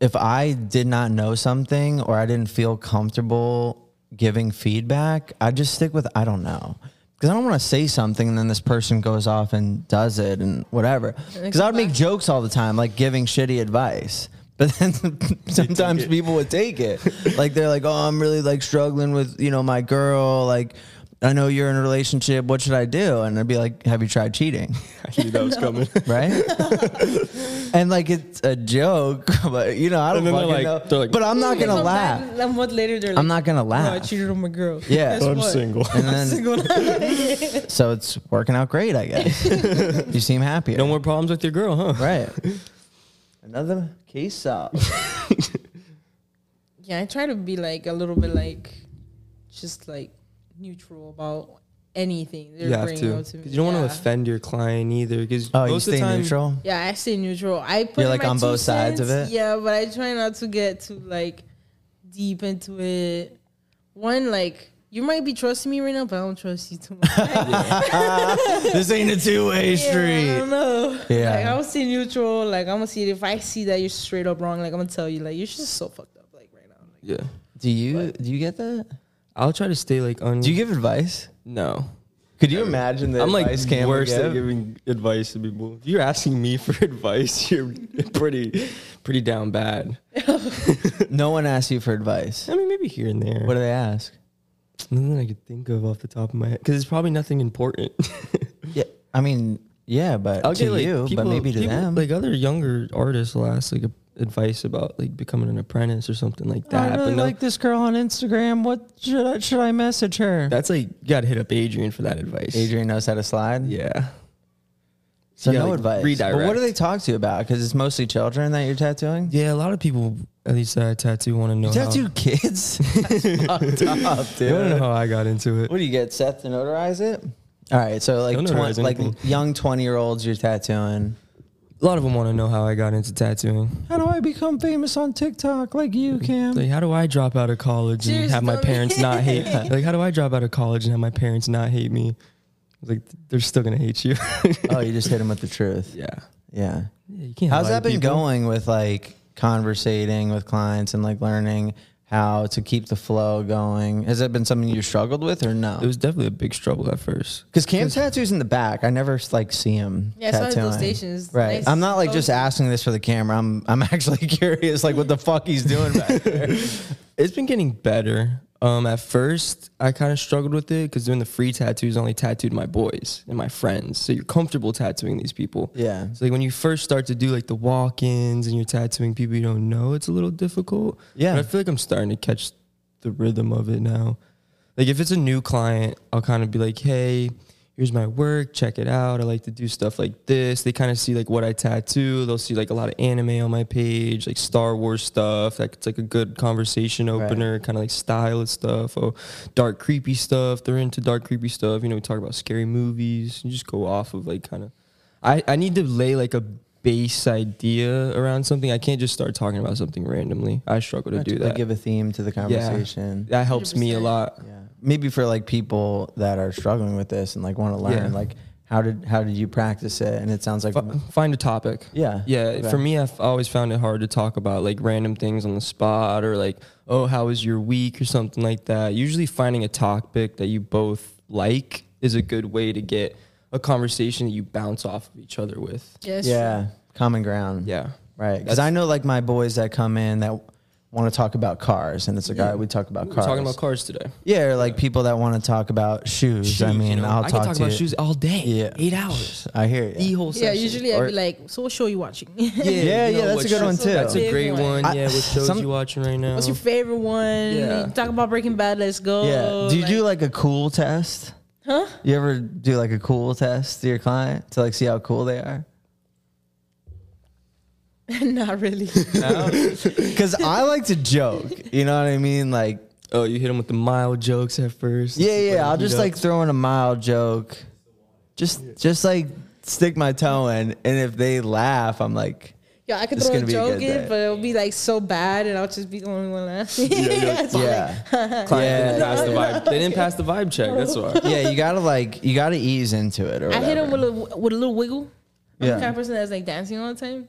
S3: if I did not know something or I didn't feel comfortable giving feedback, I just stick with I don't know. Because I don't want to say something and then this person goes off and does it and whatever. Because I would make jokes all the time, like giving shitty advice. (laughs) But then sometimes people would take it. Like they're like, oh, I'm really like struggling with, you know, my girl. Like, I know you're in a relationship. What should I do? And I'd be like, have you tried cheating?
S6: (laughs) I knew that (laughs) was coming.
S3: (laughs) right? and like it's a joke, (laughs) but you know I don't
S6: And then they're
S3: fucking
S6: like-
S3: know.
S6: they're like-
S3: but I'm not gonna
S5: Come
S3: laugh.
S5: back A month later, they're like,
S3: I'm not gonna
S5: "No, I
S3: laugh.
S5: cheated on my girl. (laughs)
S3: Yeah.
S5: Guess
S6: I'm
S5: what?
S6: single.
S3: and then
S5: Single. (laughs)
S3: so it's working out great, I
S6: (laughs)
S3: guess. you seem happier.
S6: No more problems with your girl, huh?
S3: right. (laughs) Another case up.
S5: yeah, I try to be like a little bit like, just like neutral about anything they're
S6: You have
S5: bringing
S6: to.
S5: up to me.
S6: 'Cause you don't
S5: yeah.
S6: want to offend your client either. Because
S3: Oh, you
S6: most of the
S3: stay
S6: time, (laughs)
S3: neutral.
S5: Yeah, I stay neutral. I put
S3: You're,
S5: in
S3: like,
S5: my
S3: on
S5: two
S3: both sides of
S5: cents.
S3: it?
S5: Yeah, but I try not to get too like deep into it. One like. You might be trusting me right now, but I don't trust you too much.
S3: (laughs) this ain't a two way
S5: Yeah, I don't know.
S3: Yeah.
S5: Like I'm gonna stay neutral. Like I'm gonna see it. If I see that you're straight up wrong, like I'm gonna tell you, like you're just so fucked up, like right now. Like,
S6: yeah,
S3: Do you do you get that?
S6: I'll try to stay like un.
S3: Do you give advice?
S6: no?
S3: Could you imagine that
S6: I'm like
S3: advice Cam would
S6: worse at
S3: give?
S6: giving advice to people. If you're asking me for (laughs) advice, you're pretty, pretty down bad.
S3: No one asks you for advice.
S6: I mean, maybe here and there.
S3: What do they ask?
S6: Nothing I could think of off the top of my head because it's probably nothing important.
S3: Yeah, I mean, yeah, but
S6: I'll
S3: to
S6: get like
S3: you,
S6: people-
S3: but maybe to
S6: people-
S3: them.
S6: Like other younger artists will ask like a- advice about like becoming an apprentice or something like that.
S3: "Oh, I really
S6: but no,
S3: like this girl on Instagram. What should I, should I message her?
S6: that's like you gotta hit up Adrian for that advice.
S3: Adrian knows how to slide.
S6: Yeah.
S3: So
S6: Yeah,
S3: no
S6: like,
S3: advice.
S6: redirect.
S3: But what do they talk to you about? Because it's mostly children that you're tattooing.
S6: Yeah, a lot of people, at least that I tattoo, want to know.
S3: You tattoo (laughs) kids. That's fucked up,
S6: How, (laughs) they want to know
S3: dude.
S6: how I got into it.
S3: What do you get Seth to notarize it? All right, so like
S6: Don't notarize
S3: twen- like
S6: anything.
S3: young twenty year olds you're tattooing.
S6: A lot of them want to know how I got into tattooing.
S3: How do I become famous on TikTok like you, Cam?
S6: Like, how do I drop out of college and
S5: Seriously,
S6: have my
S5: don't-
S6: parents (laughs) not hate? Like, how do I drop out of college and have my parents not hate me? Like, they're still gonna hate you.
S3: (laughs)
S6: (laughs)
S3: oh, you just hit him with the truth.
S6: yeah.
S3: Yeah.
S6: yeah you can't
S3: How's
S6: lie
S3: that
S6: to
S3: been
S6: people.
S3: going with like conversating with clients and like learning how to keep the flow going? Has that been something you struggled with or
S6: It
S3: no?
S6: was definitely a big struggle at first.
S3: Because Cam's tattoos in the back, I never like see him.
S5: Yeah, I saw his
S3: tattooing.
S5: little stations.
S3: Right,
S5: Nice Oh.
S3: I'm not like just
S5: photos.
S3: asking this for the camera. I'm I'm (laughs) actually curious, like what the fuck he's doing
S6: (laughs)
S3: back there.
S6: It's been getting better. Um, at first, I kind of struggled with it because doing the free tattoos I only tattooed my boys and my friends. So you're comfortable tattooing these people.
S3: Yeah.
S6: So like when you first start to do like the walk-ins and you're tattooing people you don't know, it's a little difficult.
S3: Yeah.
S6: But I feel like I'm starting to catch the rhythm of it now. Like if it's a new client, I'll kind of be like, hey, here's my work, check it out. I like to do stuff like this. They kind of see like what I tattoo. They'll see like a lot of anime on my page, like Star Wars stuff. Like it's like a good conversation opener, kind of like style of stuff. Oh, dark creepy stuff. They're into dark creepy stuff. You know, we talk about scary movies. You just go off of like kind of I, I need to lay like a base idea around something. I can't just start talking about something randomly. I struggle to do
S3: Like,
S6: that.
S3: give a theme to the conversation.
S6: that helps me a
S5: 100%.
S6: lot.
S3: Yeah. Maybe for like people that are struggling with this and like want to learn,
S6: Yeah.
S3: like how did how did you practice it? And it sounds like
S6: F- find a topic.
S3: yeah,
S6: Yeah,
S3: Okay.
S6: for me, I've always found it hard to talk about like random things on the spot or like, oh, how was your week or something like that. Usually, finding a topic that you both like is a good way to get a conversation that you bounce off of each other with.
S5: Yeah, that's true.
S3: yeah, common ground.
S6: Yeah.
S3: Right. Because I know like my boys that come in that want to talk about cars, and it's like, all right, we talk about
S6: We're
S3: cars.
S6: talking about cars today.
S3: Yeah, or like people that want to talk about shoes. I
S6: Shoes,
S3: mean,
S6: you know,
S3: I'll
S6: I
S3: talk,
S6: can talk
S3: to
S6: about
S3: you.
S6: shoes all day.
S3: Yeah.
S6: Eight hours.
S3: I hear you.
S6: The whole
S5: Yeah,
S6: session.
S5: usually
S6: Or-
S5: I'd be like, "So what show are you watching? (laughs)
S6: Yeah,
S3: Yeah,
S6: you
S3: yeah,
S6: know,
S3: that's
S6: what
S3: a good
S6: show-
S3: one too.
S6: That's a
S5: Big
S6: great
S5: one.
S6: one.
S3: I-
S6: yeah, what shows
S3: some-
S6: you watching right now?
S5: What's your favorite one?
S6: Yeah.
S5: Talk about Breaking Bad. Let's go.
S3: yeah. Do you do like a cool test? Huh? You ever do like a cool test to your client to like see how cool they are?
S5: (laughs) not
S3: (laughs)
S5: really.
S3: Because I like to joke. You know what I mean? Like,
S6: oh, you hit him with the mild jokes at first.
S3: yeah,
S6: Like,
S3: yeah. I'll
S6: you
S3: just
S6: know.
S3: like throw in a mild joke. Just just like stick my toe in, and if they laugh, I'm like,
S5: Yeah, I could
S3: It's
S5: throw a
S3: gonna be a
S5: joke
S3: good
S5: in,
S3: day.
S5: but it'll be like so bad, and I'll just be the only one laughing. (laughs) It's like-
S3: yeah,
S6: Client
S3: Yeah.
S6: didn't pass the vibe. They didn't pass the vibe check. That's why.
S5: (laughs)
S3: yeah. You gotta like you gotta ease into it. Or
S5: I hit him
S3: whatever.
S5: with a with a little wiggle. I'm
S3: Yeah.
S5: the kind of person that's like dancing all the time.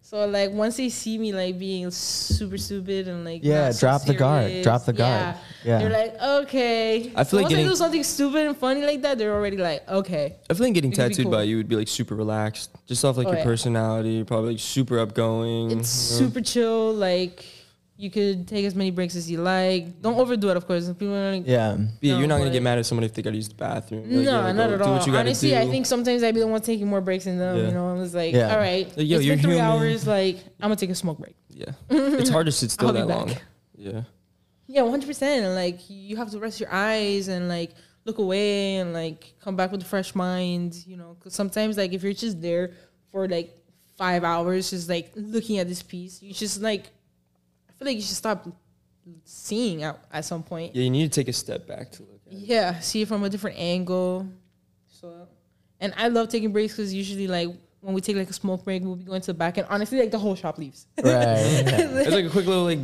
S5: So like once they see me like being super stupid and like
S3: Yeah,
S5: not so
S3: drop the guard,
S5: serious,
S3: drop the guard. Yeah.
S5: they're like okay.
S6: I feel like
S5: once
S6: getting-
S5: they do something stupid and funny like that, they're already like okay.
S6: I feel like getting
S5: It could be
S6: tattooed
S5: cool.
S6: by you would be like super relaxed, just off like
S5: Oh,
S6: your
S5: yeah.
S6: personality. You're probably like super upgoing.
S5: It's super chill. Like you could take as many breaks as you like. Don't overdo it, of course. People are like, (laughs)
S3: Yeah,
S6: yeah, you're
S5: No,
S6: not gonna
S5: but-
S6: get mad at somebody if they gotta use the bathroom. Like,
S5: No,
S6: yeah,
S5: not
S6: go
S5: at
S6: do
S5: all.
S6: what you gotta
S5: Honestly, I
S6: do.
S5: think sometimes I'd be the one taking more breaks than them.
S6: Yeah.
S5: You know, I was like,
S3: Yeah.
S5: all right,
S6: Like, yo,
S5: it's
S6: you're
S5: been three
S6: human.
S5: hours. Like, I'm gonna take a smoke break.
S6: Yeah, it's hard
S5: (laughs)
S6: to sit still
S5: I'll be
S6: that
S5: back.
S6: long. Yeah,
S5: Yeah, 100. percent And like, you have to rest your eyes and like look away and like come back with a fresh mind. You know, 'Cause sometimes like if you're just there for like five hours, just like looking at this piece, you just like, I feel like you should stop seeing at, at some point.
S6: yeah, you need to take a step back to look. At it.
S5: Yeah, see it from a different angle. So, and I love taking breaks because usually, like when we take like a smoke break, we'll be going to the back, and honestly, like the whole shop leaves.
S3: right.
S6: (laughs) It's like a quick little like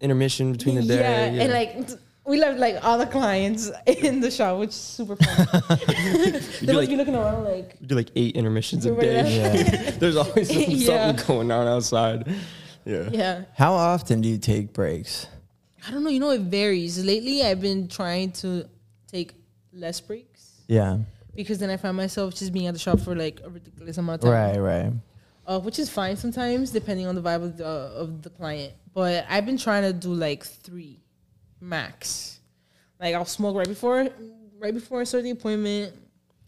S6: intermission between the day.
S5: yeah, and like t- we left like all the clients (laughs) in the shop, which is super
S6: (laughs)
S5: fun.
S6: we
S5: they
S6: do
S5: must
S6: like,
S5: be looking around like,
S6: we do like eight intermissions a
S5: Right now.
S6: day. There's
S5: (laughs)
S6: always something
S5: Yeah.
S6: going on outside. Yeah.
S5: yeah.
S3: How often do you take breaks?
S5: I don't know. You know, it varies. Lately, I've been trying to take less breaks
S3: Yeah,
S5: because then I find myself just being at the shop for like a ridiculous amount of time.
S3: right, right.
S5: uh, which is fine sometimes depending on the vibe of the, of the client. But I've been trying to do like three max. Like I'll smoke right before right before I start the appointment.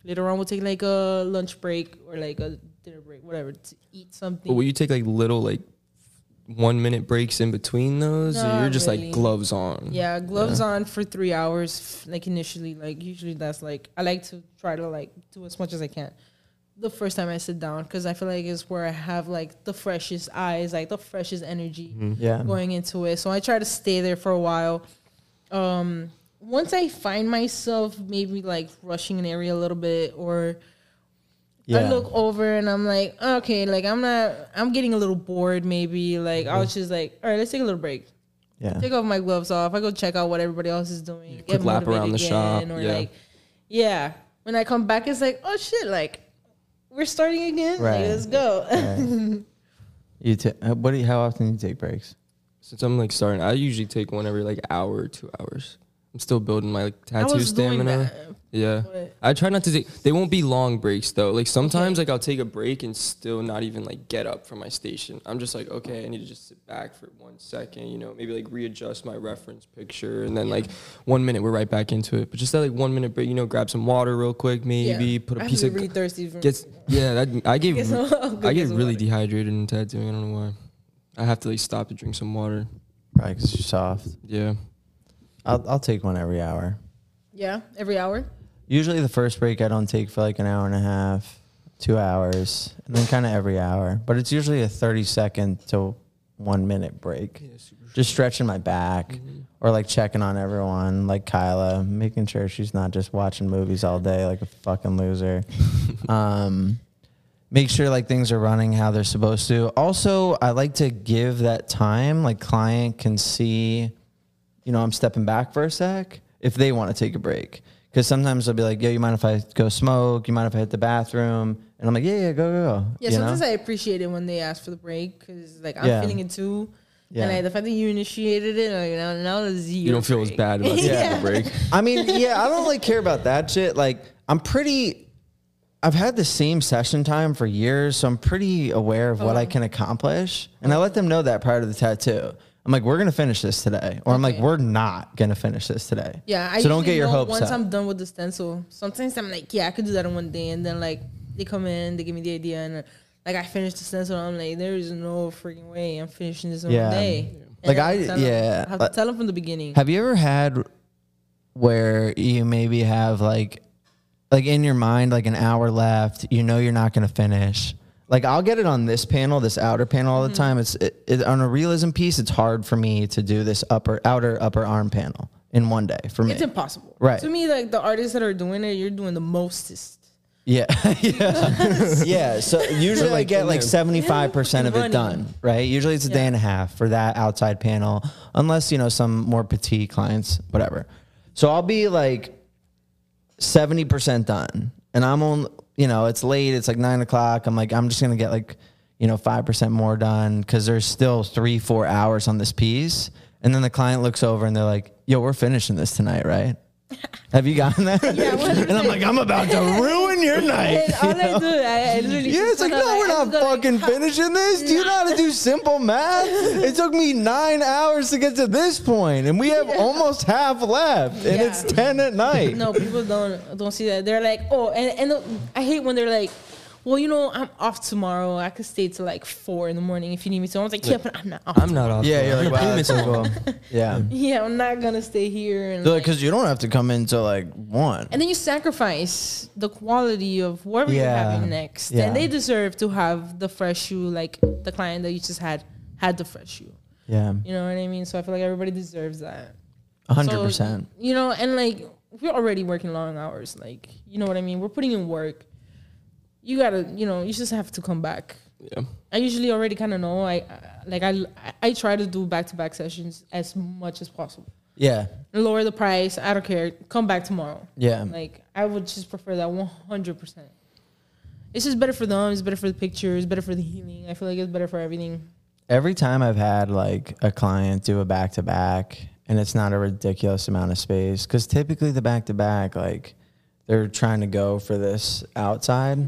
S5: Later on, we'll take like a lunch break or like a dinner break, whatever, to eat something.
S6: But will you take like little like one minute breaks in between those, or
S5: Not
S6: you're just
S5: really.
S6: like gloves on?
S5: yeah, gloves on for three hours. f- Like initially, like usually that's like I like to try to like do as much as I can. The first time I sit down, because I feel like it's where I have like the freshest eyes, like the freshest energy.
S3: Yeah,
S5: (laughs) going into it. So I try to stay there for a while. Um, once I find myself maybe like rushing an area a little bit, or I
S3: yeah.
S5: look over and I'm like, okay, like I'm not, I'm getting a little bored. Maybe like I
S6: Mm-hmm.
S5: was just like, all right, let's take a little break.
S3: yeah.
S5: Take off my gloves off. I go check out what everybody else is doing.
S6: quick lap
S5: motivated
S6: around the
S5: again,
S6: shop,
S5: or
S6: yeah.
S5: like, yeah. When I come back, it's like, oh shit, like we're starting again. Like,
S3: Right.
S5: let's (laughs) go.
S3: You ta- uh, what? Do you, how often do you take breaks?
S6: Since I'm like starting, I usually take one every like hour or two hours. I'm still building my like
S5: I
S6: tattoo
S5: was doing
S6: stamina.
S5: that.
S6: Yeah.
S5: but-
S6: I try not to take they won't be long breaks though. Like sometimes like I'll take a break and still not even like get up from my station. I'm just like, okay, I need to just sit back for one second, you know, maybe like readjust my reference picture and then like one minute we're right back into it. But just that like one minute break, you know, grab some water real quick,
S5: Yeah.
S6: maybe put a
S5: I
S6: piece
S5: have
S6: of
S5: to be really thirsty. for-
S6: gets yeah, that
S5: (laughs)
S6: I
S5: Get
S6: get
S5: some- go get
S6: I get
S5: some
S6: really
S5: water.
S6: dehydrated in tattooing. I don't know why. I have to like stop to drink some water.
S3: Probably because you're soft.
S6: Yeah.
S3: I'll I'll take one every hour.
S5: Yeah, every hour.
S3: Usually the first break I don't take for like an hour and a half, two hours, and then kind of every hour. But it's usually a thirty second to one minute break. Just stretching my back or like checking on everyone, like Kyla, making sure she's not just watching movies all day like a fucking loser. um, make sure like things are running how they're supposed to. Also, I like to give that time like client can see you know, I'm stepping back for a sec if they want to take a break. Because sometimes they'll be like, yo, you mind if I go smoke? You mind if I hit the bathroom? And I'm like, yeah, yeah, go, go, go.
S5: Yeah,
S3: you
S5: sometimes
S3: know?
S5: I appreciate it when they ask for the break because like I'm
S3: Yeah.
S5: feeling it too,
S3: Yeah.
S5: and like, the fact that you initiated it, like now now is
S6: You don't feel as
S5: (laughs)
S6: bad about taking
S5: Yeah.
S6: a break.
S3: I mean, yeah, I don't really care about that shit. Like, I'm pretty, I've had the same session time for years, so I'm pretty aware of
S5: Oh.
S3: what I can accomplish. And I let them know that prior to the tattoo. I'm like, we're gonna finish this today, or I'm like, we're not gonna finish this today.
S5: Yeah, I
S3: so don't
S5: usually
S3: get your
S5: know
S3: hopes
S5: Once
S3: up.
S5: I'm done with the stencil, sometimes I'm like, yeah, I could do that in one day, and then like they come in, they give me the idea, and uh, like I finish the stencil, and I'm like, there is no freaking way I'm finishing this in
S3: Yeah.
S5: one day. And
S3: Like,
S5: have
S3: I-
S5: to tell 'em-
S3: yeah,
S5: I have to
S3: like-
S5: tell them from the beginning.
S3: Have you ever had where you maybe have like like in your mind like an hour left, you know you're not going to finish. Like I'll get it on this panel, this outer panel all the time. It's it, it, on a realism piece, it's hard for me to do this upper outer upper arm panel in one day for me.
S5: It's impossible.
S3: Right. (laughs)
S5: To me, like the artists that are doing it, you're doing the mostest.
S3: Yeah. yeah. yeah. So usually I
S6: Like,
S3: get
S6: in
S3: like
S6: there.
S3: 75% of it
S5: Running.
S3: done, right? Usually it's a day
S5: Yeah.
S3: and a half for that outside panel, unless, you know, some more petite clients, whatever. So I'll be like 70% done. And I'm on, you know, it's late. It's like nine o'clock. I'm like, I'm just going to get like, you know, 5% more done because there's still three, four hours on this piece. And then the client looks over and they're like, yo, we're finishing this tonight, right? Have you gotten that? (laughs) and I'm like, I'm about to
S5: (laughs)
S3: ruin your night.
S5: And all I do, I, I literally.
S3: Yeah,
S5: just
S3: it's like,
S5: kinda
S3: no, we're
S5: I
S3: not
S5: just go like,
S3: fucking
S5: ha-
S3: finishing this. Do you know how to do simple math? It took me nine hours to get to this point, and we have almost half left, and it's
S5: Yeah.
S3: 10 at night.
S5: No, people don't don't see that. They're like, oh, and and I hate when they're like, well, you know, I'm off tomorrow. I could stay till like four in the morning if you need me to. I was like, yeah, but I'm not off.
S6: I'm not off.
S3: Yeah,
S6: tomorrow.
S3: you're like, wow,
S6: Payments
S3: that's
S6: are
S3: so
S6: long.
S3: cool. Yeah.
S5: (laughs) yeah, I'm not gonna stay here. And, like,
S3: Because you don't have to come in till like one.
S5: and then you sacrifice the quality of whatever
S3: Yeah.
S5: you're having next.
S3: Yeah.
S5: And they deserve to have the fresh shoe, like the client that you just had had the fresh shoe.
S3: Yeah,
S5: You know what I mean? So I feel like everybody deserves that. So,
S3: 100%.
S5: you know, and like we're already working long hours. Like, you know what I mean? We're putting in work. You gotta, you know, you just have to come back.
S6: Yeah.
S5: I usually already kind of know. I I- like I I try to do back to back sessions as much as possible.
S3: yeah.
S5: Lower the price. I don't care. Come back tomorrow.
S3: Yeah.
S5: Like I would just prefer that one hundred percent. It's just better for them. It's better for the picture. It's better for the healing. I feel like it's better for everything.
S3: Every time I've had like a client do a back to back and it's not a ridiculous amount of space, because typically the back to back, like they're trying to go for this outside,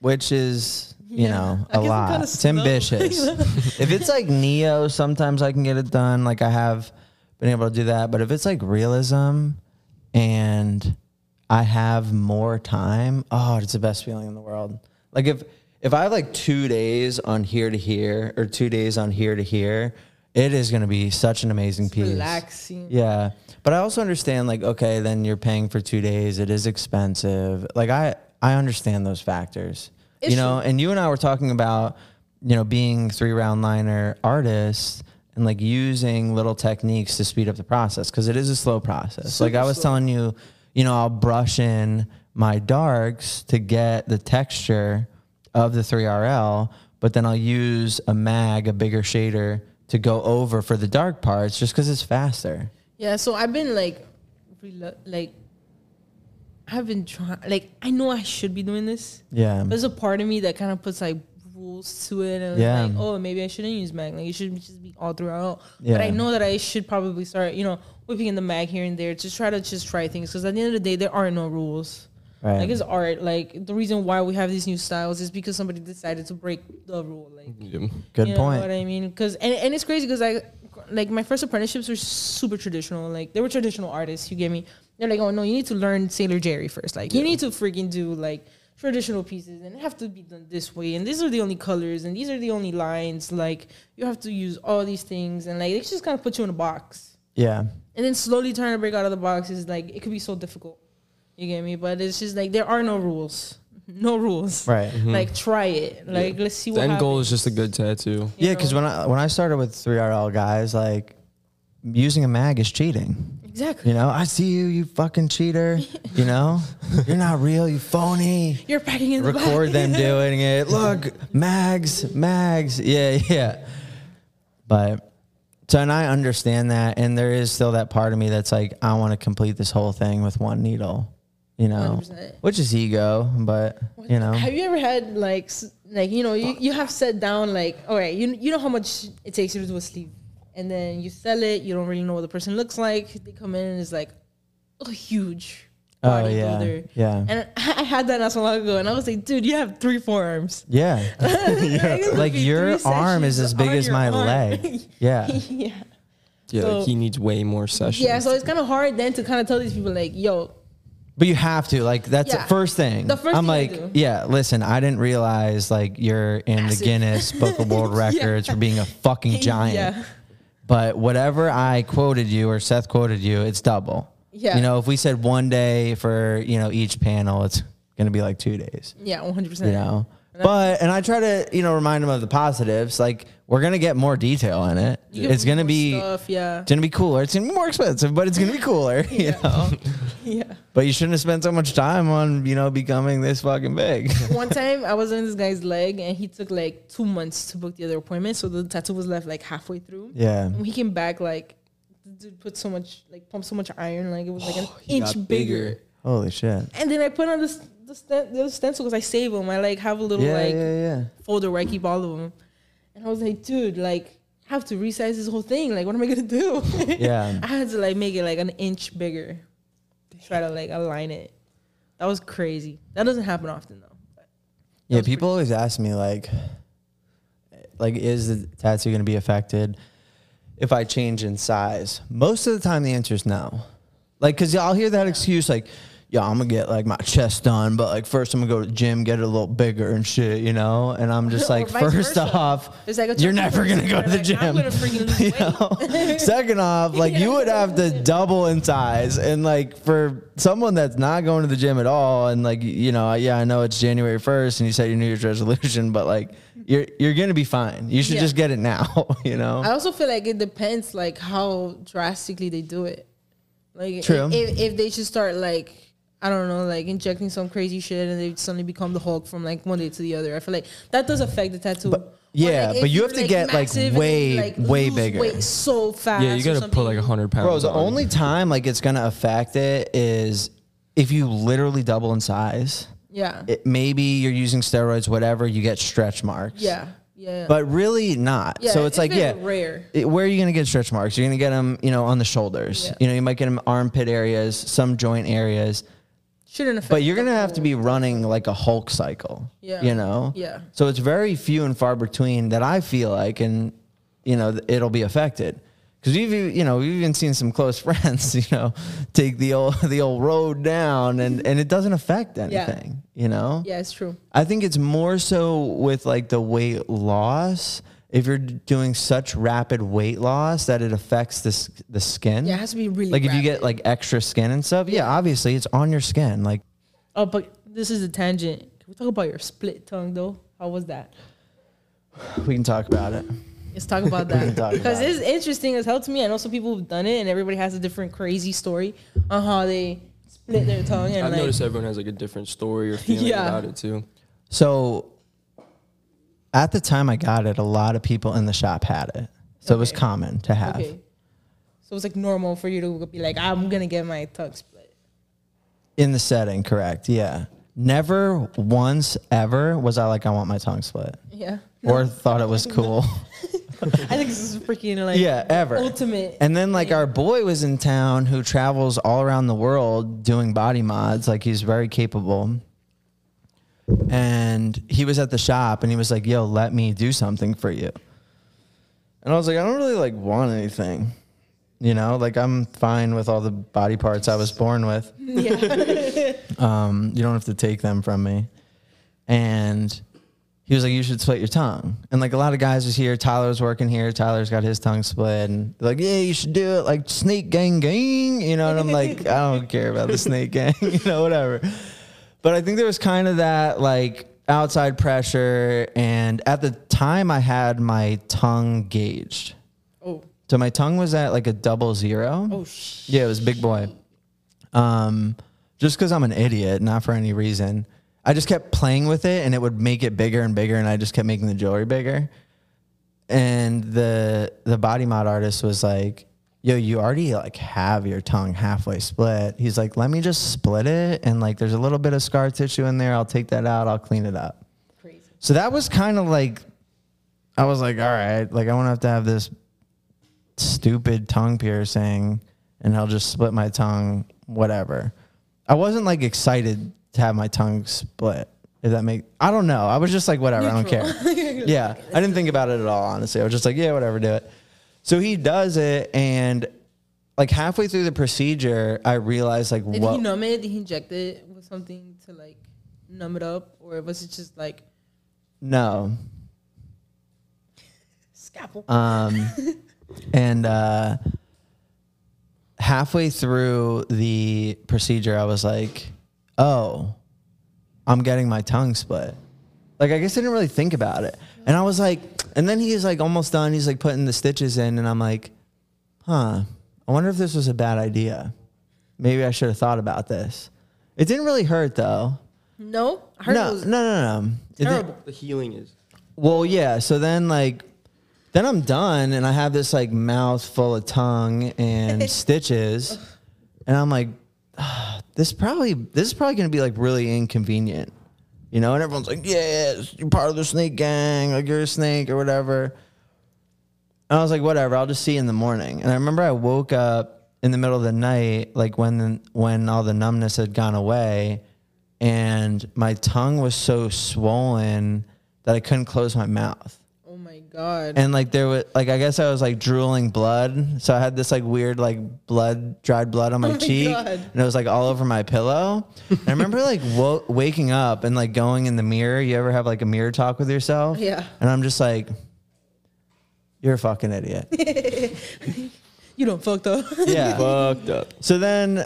S3: which is, you know,
S5: I guess
S3: a
S5: I'm
S3: lot.
S5: kinda
S3: It's
S5: slow.
S3: ambitious. (laughs) if it's like Neo, sometimes I can get it done. Like I have been able to do that. But if it's like realism and I have more time, oh, it's the best feeling in the world. Like if if I have like two days on here to here or two days on here to here, it is gonna be such an amazing piece.
S5: Relaxing.
S3: Yeah. But I also understand like, okay, then you're paying for two days, it is expensive. Like I I understand those factors. you
S5: It's
S3: know, and you and I were talking about, you know, being three round liner artists and like using little techniques to speed up the process because it is a slow process. like I was telling you, you know, I'll brush in my darks to get the texture of the 3RL, but then I'll use a mag, a bigger shader to go over for the dark parts just because it's faster.
S5: Yeah, so I've been like, relo- like, I've been trying. Like, I know I should be doing this.
S3: Yeah.
S5: But there's a part of me that kind of puts like rules to it, and
S3: Yeah.
S5: like, oh, maybe I shouldn't use mag. Like, it should just be all throughout. But
S3: Yeah.
S5: I know that I should probably start, you know, whipping in the mag here and there to try to just try things. Because at the end of the day, there are no rules.
S3: Right.
S5: Like it's art. Like the reason why we have these new styles is because somebody decided to break the rule. Like
S6: Yeah.
S3: Good
S5: you
S3: point.
S5: Know what I mean, because and, and it's crazy because I like my first apprenticeships were super traditional. Like they were traditional artists. You get me? They're like, oh no, you need to learn Sailor Jerry first. Like you need to freaking do like traditional pieces and it have to be done this way. And these are the only colors and these are the only lines. Like you have to use all these things and like they just kind of put you in a box.
S3: yeah.
S5: And then slowly trying to break out of the box is like it could be so difficult. You get me? But it's just like there are no rules. No rules.
S3: Right.
S5: Like try it. Like let's see
S6: The
S5: what
S6: end goal
S5: happens.
S6: is just a good tattoo.
S5: you
S3: Yeah, because when I when I started with three RL guys, like using a mag is cheating.
S5: Exactly.
S3: You know, I see you, you fucking
S5: (laughs)
S3: cheater. You know, you're not real, you phony.
S5: You're packing in the bag.
S3: Record them doing it. Look, mags, mags. Yeah, (laughs) yeah. But so and I understand that, and there is still that part of me that's like, I want to complete this whole thing with one needle. You know,
S5: 100%.
S3: which is ego, but you know,
S5: (laughs) Have you ever had like s- like you know you, you have set down like all right you you know how much it takes you to do a sleeve and then you sell it you don't really know what the person looks like they come in and it's like a huge
S3: oh
S5: bodybuilder
S3: yeah, yeah,
S5: and I I had that not so long ago and I was like dude you have three forearms (laughs)
S3: yeah. (laughs) like your arm is as big as
S5: (laughs)
S3: my leg. Yeah.
S5: yeah
S6: Yeah,
S5: So-
S6: like he needs way more sessions.
S5: yeah so it's kind of hard then to kind of tell these people like yo
S3: But you have to like that's the
S5: Yeah.
S3: first thing.
S5: The first
S3: I'm
S5: thing I
S3: like,
S5: do.
S3: yeah. Listen, I didn't realize like you're in the
S5: Massive.
S3: Guinness
S5: (laughs)
S3: Book of World Records for being a fucking giant.
S5: yeah
S3: But whatever I quoted you or Seth quoted you, it's double.
S5: Yeah.
S3: You know, if we said one day for you know each panel, it's gonna be like two days.
S5: yeah 100 percent
S3: You know. But and I try to you know remind them of the positives. Like we're gonna get more detail in it. It's gonna be
S5: stuff, yeah
S3: (laughs) it's gonna be cooler. It's gonna be more expensive, but it's gonna be cooler. You know.
S5: yeah.
S3: But you shouldn't have spent so much time on, you know, becoming this fucking big. (laughs)
S5: One time I was on this guy's leg and he took like two months to book the other appointment. So the tattoo was left like halfway through.
S3: yeah.
S5: And when he came back, like, the dude put so much, like, pumped so much iron, like, it was like an
S3: Oh,
S6: He
S5: inch
S6: got
S5: bigger.
S3: Holy shit.
S5: And then I put on this, the, sten- the stencil because I save them. I like have a little,
S3: Yeah,
S5: like,
S3: yeah, yeah.
S5: folder where I keep all of them. And I was like, dude, like, I have to resize this whole thing. Like, what am I gonna do?
S3: (laughs) Yeah.
S5: I had to like make it like an inch bigger, to try to like align it. That was crazy. That doesn't happen often though.
S3: Yeah,
S5: was pretty-
S3: people always ask me like, like is the tattoo going to be affected if I change in size? Most of the time, the answer is no. Like, cause I'll hear that excuse like, yeah, I'm gonna get like my chest done, but like first I'm gonna go to the gym, get it a little bigger and shit, you know. And I'm
S5: (laughs)
S3: just
S5: Or
S3: like,
S5: vice
S3: first
S5: versa.
S3: off,
S5: There's, like, a
S3: you're
S5: chunky
S3: never gonna
S5: person
S3: go to the
S5: where, like, I'm
S3: gym.
S5: gonna freaking lose
S3: (laughs) You
S5: weight.
S3: know? Second
S5: (laughs)
S3: off, like you would have to double in size, and like for someone that's not going to the gym at all, and like you know, yeah, I know it's January first, and you said your New Year's (laughs) resolution, but like you're you're gonna be fine. You should
S5: Yeah.
S3: just get it now, (laughs) you know.
S5: I also feel like it depends like how drastically they do it. Like
S3: True.
S5: If, if they should start like I don't know, like injecting some crazy shit and they suddenly become the Hulk from like one day to the other. I feel like that does affect the tattoo.
S3: But-
S5: Or,
S3: yeah,
S5: if
S3: but you
S5: you're,
S3: have to get, like,
S5: massive and then
S3: way,
S5: you, like,
S3: way
S5: lose
S3: bigger.
S5: weight so fast.
S6: Yeah, you
S5: or
S6: gotta put
S5: something.
S6: like hundred pounds.
S3: Bro, the
S6: on.
S3: only time like it's gonna affect it is if you literally double in size.
S5: Yeah.
S3: It, maybe you're using steroids, whatever. You get stretch marks.
S5: yeah. Yeah.
S3: but really not.
S5: Yeah,
S3: so it's,
S5: it's
S3: like,
S5: very
S3: yeah,
S5: rare.
S3: it- where are you gonna get stretch marks? You're gonna get them, you know, on the shoulders.
S5: Yeah.
S3: You know, you might get them armpit areas, some joint areas,
S5: shouldn't affect
S3: but you're
S5: the
S3: gonna have to
S5: whole-
S3: be running like a Hulk cycle.
S5: Yeah.
S3: You know.
S5: Yeah.
S3: So it's very few and far between that I feel like, and you know, th- it'll be affected. Cause we've e- you know we've even seen some close (laughs) friends you know take the old (laughs) the old road down and and it doesn't affect anything you know
S5: Yeah, it's true.
S3: I think it's more so with like the weight loss. If you're doing such rapid weight loss that it affects the s- the skin.
S5: Yeah, it has to be really
S3: like if you get
S5: rapid.
S3: like extra skin and stuff. Yeah, obviously it's on your skin. Like
S5: Oh, but this is a tangent. Can we talk about your split tongue though? How was that?
S3: we can talk about it.
S5: Let's talk
S3: (laughs)
S5: about
S3: can
S5: that
S3: talk
S5: because
S3: about
S5: it's interesting as hell to me. I know some people have done it, and everybody has a different crazy story on how they split their tongue. And
S6: I've
S5: like,
S6: noticed everyone has like a different story or
S5: (laughs)
S6: feeling
S5: Yeah.
S6: about it too.
S3: So at the time I got it, a lot of people in the shop had it. So it was
S5: Okay.
S3: common to have.
S5: okay, so it's like normal for you to be like, I'm gonna get my tongue split.
S3: In the setting, correct. Yeah. Never once ever was I like I want my tongue split
S5: Yeah,
S3: or thought it was cool.
S5: (laughs) I think this is freaking like
S3: yeah, ever.
S5: ultimate.
S3: And then like our boy was in town who travels all around the world doing body mods. Like he's very capable. And he was at the shop and he was like, yo, let me do something for you. And I was like, I don't really like want anything. You know, like I'm fine with all the body parts I was born with. (laughs) um, you don't have to take them from me. And he was like, "You should split your tongue." And like a lot of guys was here. Tyler was working here. Tyler's got his tongue split, and they're like, "Yeah, you should do it." Like snake gang gang, you know. And I'm like,
S5: (laughs)
S3: I don't care about the snake gang, (laughs) you know, whatever. But I think there was kind of that like outside pressure, and at the time I had my tongue gauged,
S5: oh,
S3: so my tongue was at like a double zero.
S5: oh sh-
S3: Yeah, it was big boy. Um, just because I'm an idiot, not for any reason. I just kept playing with it, and it would make it bigger and bigger, and I just kept making the jewelry bigger. And the the body mod artist was like, "Yo, you already like have your tongue halfway split." He's like, "Let me just split it, and like there's a little bit of scar tissue in there. I'll take that out. I'll clean it up."
S5: crazy.
S3: So that was kind of like, I was like, all right, like I won't have to have this stupid tongue piercing and I'll just split my tongue, whatever. I wasn't like excited to have my tongue split. If that make, I don't know. I was just like, whatever, I don't
S5: (laughs)
S3: care. yeah. I didn't think about it at all, honestly. I was just like, yeah, whatever, do it. So he does it. And like halfway through the procedure, I realized like
S5: Did
S3: what.
S5: he numb it? Did he inject it with something to like numb it up, or was it just like
S3: no.
S5: scalpel?
S3: Um, and uh, halfway through the procedure, I was like, oh, I'm getting my tongue split. Like, I guess I didn't really think about it. And I was like, and then he's like almost done. He's like putting the stitches in. And I'm like, huh, I wonder if this was a bad idea. maybe I should have thought about this. It didn't really hurt though.
S5: No, I heard
S3: No,
S5: it
S3: no,
S5: was
S3: no, no. It didn't-
S5: terrible.
S6: The healing is.
S3: Well, yeah. So then, like, then I'm done, and I have this like mouth full of tongue and stitches, and I'm like, (sighs) "Ah, this probably this is probably gonna be like really inconvenient, you know. And everyone's like, yes, you're part of the snake gang, like you're a snake or whatever. And I was like, whatever, I'll just see you in the morning. And I remember I woke up in the middle of the night, like when when all the numbness had gone away, and my tongue was so swollen that I couldn't close my mouth.
S5: Oh my god.
S3: And like there was like I guess I was like drooling blood, so I had this like weird like blood dried blood on my,
S5: Oh my
S3: cheek,
S5: God.
S3: and it was like all over my pillow. And I remember like wo- waking up and like going in the mirror. You ever have like a mirror talk with yourself?
S5: Yeah.
S3: And I'm just like, you're a fucking idiot.
S5: (laughs) You don't fucked
S3: (laughs)
S5: up.
S3: yeah.
S6: Fucked up.
S3: So then,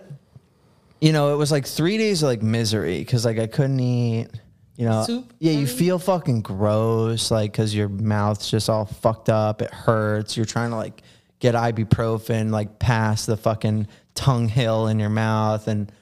S3: you know, it was like three days of like misery because like I couldn't eat. You know,
S5: Soup,
S3: yeah, you
S5: maybe?
S3: feel fucking gross, like because your mouth's just all fucked up. It hurts. You're trying to like get ibuprofen, like past the fucking tongue hill in your mouth, and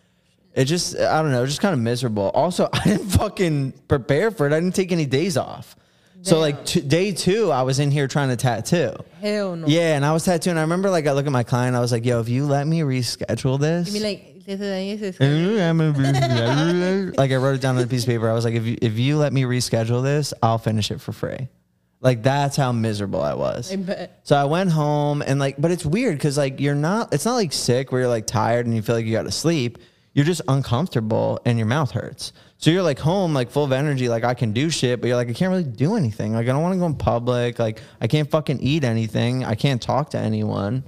S3: it just I don't know, just kind of miserable. Also, (laughs) I didn't fucking prepare for it. I didn't take any days off. So like t- day two, I was in here trying to tattoo.
S5: Hell no.
S3: Yeah, and I was tattooing. I remember, like, I look at my client. I was like, "Yo, if you let me reschedule this,
S5: I mean, like, this is- this is-
S3: like, I wrote it down on a piece of paper. I was like, if you, if you let me reschedule this, I'll finish it for free. Like that's how miserable I was.
S5: I bet.
S3: So I went home and like, but it's weird because like you're not. It's not like sick where you're like tired and you feel like you got to sleep. You're just uncomfortable and your mouth hurts. So you're like home, like full of energy, like I can do shit, but you're like I can't really do anything. Like I don't want to go in public. Like I can't fucking eat anything. I can't talk to anyone.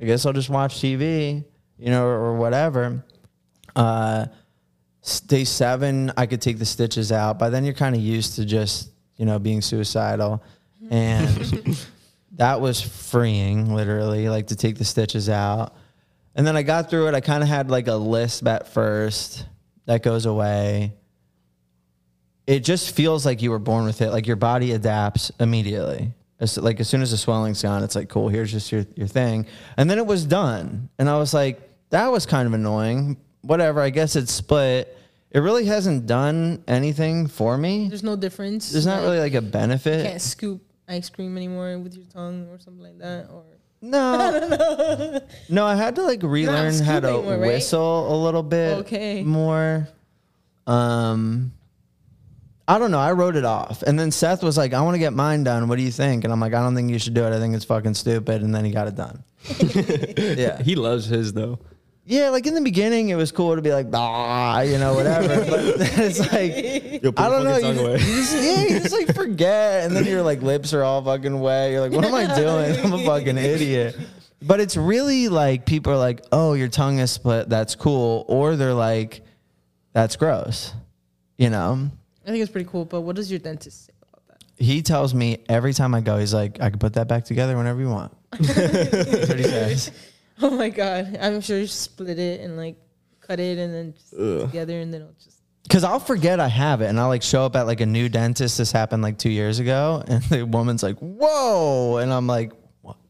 S3: I guess I'll just watch TV, you know, or, or whatever. Uh, s- day seven, I could take the stitches out. By then, you're kind of used to just, you know, being suicidal. And that was freeing, literally, like to take the stitches out. And then I got through it. I kind of had like a lisp at first that goes away. It just feels like you were born with it. Like your body adapts immediately. As, like as soon as the swelling's gone, it's like, cool, here's just your, your thing. And then it was done. And I was like, that was kind of annoying. Whatever, I guess it's split. It really hasn't done anything for me.
S5: There's no difference.
S3: There's not really like a benefit.
S5: You can't scoop ice cream anymore with your tongue or something like that. Or (laughs)
S3: No. no, I had to like relearn how to
S5: scooping more, right?
S3: whistle a little bit
S5: Okay.
S3: more. Um I don't know. I wrote it off. And then Seth was like, I want to get mine done. What do you think? And I'm like, I don't think you should do it. I think it's fucking stupid. And then he got
S5: (laughs)
S3: it done. (laughs) yeah.
S6: He loves his though.
S3: Yeah. Like in the beginning, it was cool to be like, ah, you know, whatever.
S6: (laughs)
S3: but then it's like,
S6: Yo, put
S3: I don't
S6: your
S3: know.
S6: fucking
S3: You
S6: tongue
S3: just, you just- yeah, you just
S6: (laughs)
S3: like forget, and then your like lips are all fucking wet. You're like, what am I doing? I'm a fucking idiot. But it's really like people are like, oh, your tongue is split. That's cool. Or they're like, that's gross. You know.
S5: I think it's pretty cool. But what does your dentist say (laughs) about that?
S3: He tells me every time I go, he's like, I can put that back together whenever you
S6: (laughs)
S3: want. That's what he says.
S5: Oh my god! I'm sure you split it and like cut it and then just together and then it'll just.
S3: Cause I'll forget I have it, and I'll like show up at like a new dentist. This happened like two years ago, (laughs) and the woman's like, "Whoa!" and I'm like,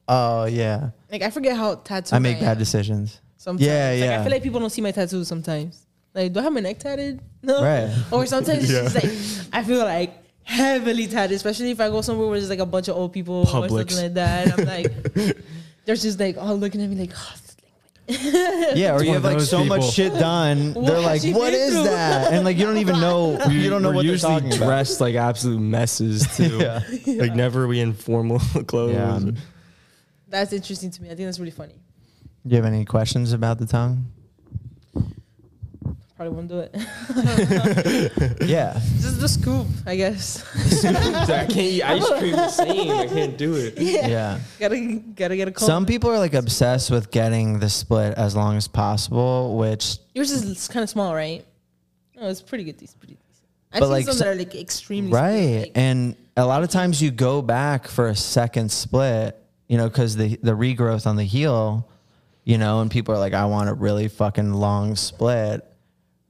S3: "Oh yeah,
S5: Like I forget how tattoos.
S3: I make
S5: am
S3: bad decisions."
S5: Sometimes.
S3: Yeah,
S5: Like,
S3: yeah.
S5: I feel like people don't see my tattoos sometimes. Like, do I have my neck tatted? No.
S3: Right.
S5: Or sometimes it's just like I feel like heavily tatted, especially if I go somewhere where there's like a bunch of old people or
S6: Publix.
S5: something like that. And I'm
S3: (laughs)
S5: like, they're just like all looking at me like, (sighs) oh, this thing-
S3: Yeah, or you
S4: one
S3: have
S4: of
S3: like
S4: those
S3: so much
S4: people.
S3: shit
S5: (laughs)
S3: done. They're
S5: What
S3: like,
S5: she
S3: "What
S5: been
S3: is
S5: through?"
S3: that?" And like you don't even
S5: (laughs)
S3: know. (laughs) You don't know
S6: We're
S3: what they're
S6: usually
S3: talking about.
S6: dressed like
S3: (laughs)
S6: absolute messes too.
S3: Yeah.
S6: Like never are we in formal (laughs) clothes.
S3: Yeah. (laughs) Do
S5: that's interesting to me. I think that's really funny.
S3: you have any questions about
S4: (laughs)
S3: the tongue?
S5: Probably won't do it. (laughs)
S3: Yeah,
S5: just the scoop, I guess. (laughs)
S6: So I can't eat ice cream the same. I can't do it.
S5: yeah.
S3: yeah.
S5: Gotta gotta get a comb.
S3: Some people are like obsessed with getting the split as long as possible, which
S5: Yours is kind of small, right? No, it's pretty good. It's pretty. Decent. I've
S3: But,
S5: seen
S3: like,
S5: some
S3: so-
S5: that are like extremely small,
S3: right
S5: like-
S3: and a lot of times you go back for a second split you know because the the regrowth on the heel you know and people are like i want a really fucking long split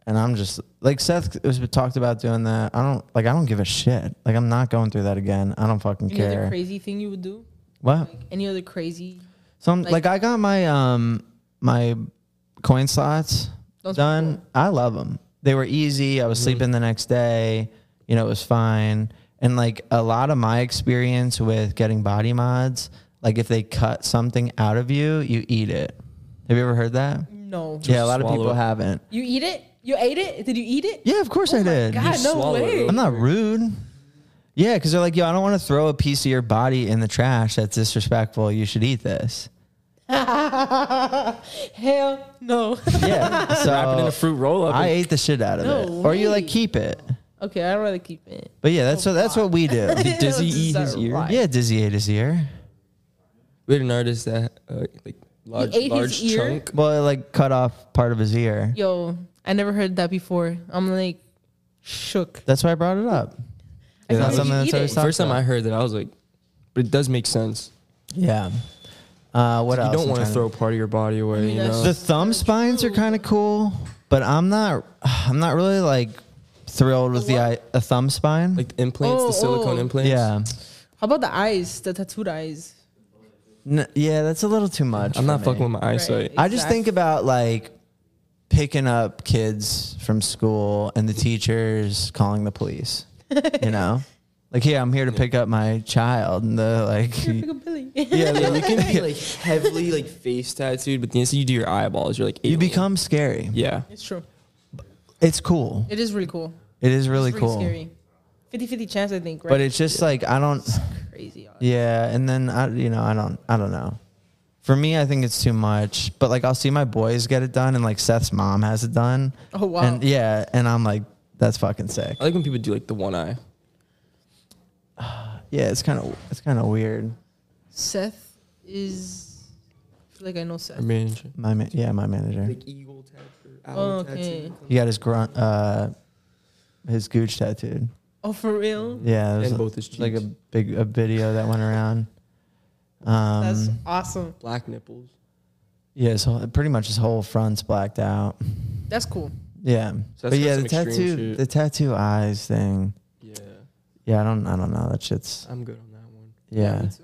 S3: and i'm just like seth was talked about doing that i don't like i don't give a shit like i'm not going through that again i don't fucking
S5: Any other
S3: care
S5: crazy thing you would do?
S3: what
S5: Like any other crazy?
S3: some like,
S5: Like-
S3: I got my um my coin slots
S5: Those
S3: done.
S5: were Mm-hmm.
S3: I love them. They were easy. I was sleeping the next day. You know, it was fine. And like a lot of my experience with getting body mods, like if they cut something out of you, you eat it. Have you ever heard that?
S5: No.
S3: yeah, a lot of
S6: swallow
S3: people
S6: it.
S3: haven't.
S5: You eat it? You ate it? Did you eat it?
S3: Yeah, of course I did.
S5: Oh God, no
S6: swallow it,
S5: way. (laughs)
S6: bro.
S3: I'm not rude. Yeah, because they're like, yo, I don't want to throw a piece of your body in the trash. That's disrespectful. You should eat
S6: (laughs)
S3: this.
S5: Hell no. (laughs)
S3: Yeah. so
S6: Wrap it in a fruit roll up.
S3: I ate the shit out of
S5: No
S3: it. Or you like
S5: way.
S3: keep it.
S5: okay, I'd rather keep it.
S3: But yeah,
S5: Oh,
S3: that's what that's what we (laughs) do.
S5: Did (laughs) Dizzy eat his ear? Right.
S3: Yeah, Dizzy ate his ear.
S6: we had an artist that uh, like large,
S5: ate his
S6: large
S5: ear?
S6: chunk.
S3: Well, it like cut off part of his ear.
S5: Yo, I never heard that before. I'm like shook.
S3: That's why I brought it up.
S5: I can't
S3: Yeah, that's
S5: believe
S3: something
S5: you
S3: that's
S5: eat
S3: always
S5: it.
S3: Stop
S6: First time
S3: that.
S6: I heard that, I was like, but it does make sense.
S3: Yeah. Uh, what
S6: You
S3: else?
S6: don't
S3: I'm
S6: want to
S3: trying
S6: throw part of your body away.
S5: mean,
S6: you
S5: that's
S6: know?
S3: the thumb spines are kind of cool, but I'm not. (sighs) I'm not really like thrilled with the I, a thumb spine.
S6: like the implants,
S5: Oh,
S6: the silicone
S5: oh.
S6: implants.
S3: yeah.
S5: How about the eyes, the tattooed eyes?
S3: N- yeah, that's a little too much.
S6: I'm
S3: for
S6: not
S3: me.
S6: fucking with my
S5: (laughs)
S6: eyesight.
S5: Right.
S3: I just think about like picking up kids from school and the teachers calling the police.
S5: (laughs)
S3: You know, like yeah, I'm here to pick up my child, and the
S5: (laughs)
S3: like,
S5: Pick a Billy.
S3: yeah,
S6: Yeah,
S3: like,
S6: you can be like heavily like face tattooed, but the instant you do your eyeballs, you're like
S3: you
S6: alien.
S3: become scary.
S6: yeah.
S5: it's true.
S3: It's cool.
S5: It is really cool.
S3: It is really
S5: It's pretty
S3: cool,
S5: Scary. 50-50 chance, I think. Right?
S3: but it's just like I don't.
S5: crazy.
S3: Yeah, and then I, you know, I don't, I don't know. For me, I think it's too much. But like, I'll see my boys get it done, and like Seth's mom has it done.
S5: Oh, wow.
S3: And yeah, and I'm like, that's fucking sick.
S6: I like when people do like the one eye.
S3: Yeah, it's kind of, it's kind of weird.
S5: Seth is. I feel like I know Seth.
S6: mean,
S3: My ma- yeah, my manager.
S6: like eagle tattoo,
S5: owl Oh, Okay. tattoo.
S3: He got his grunt, uh, his gooch tattooed.
S5: Oh, for real?
S3: Yeah, it was
S6: and
S3: a-
S6: both his cheeks.
S3: like a big a video that went around. Um,
S5: That's awesome.
S6: black nipples.
S3: yeah, so pretty much his whole front's blacked out.
S5: That's cool.
S3: Yeah,
S6: So that's
S3: but
S6: got
S3: yeah,
S6: some
S3: the
S6: extreme
S3: tattoo,
S6: shit.
S3: the tattoo eyes thing.
S6: Yeah,
S3: Yeah, I don't, I don't know. That shit's
S6: I'm good on that one.
S3: yeah,
S5: me too.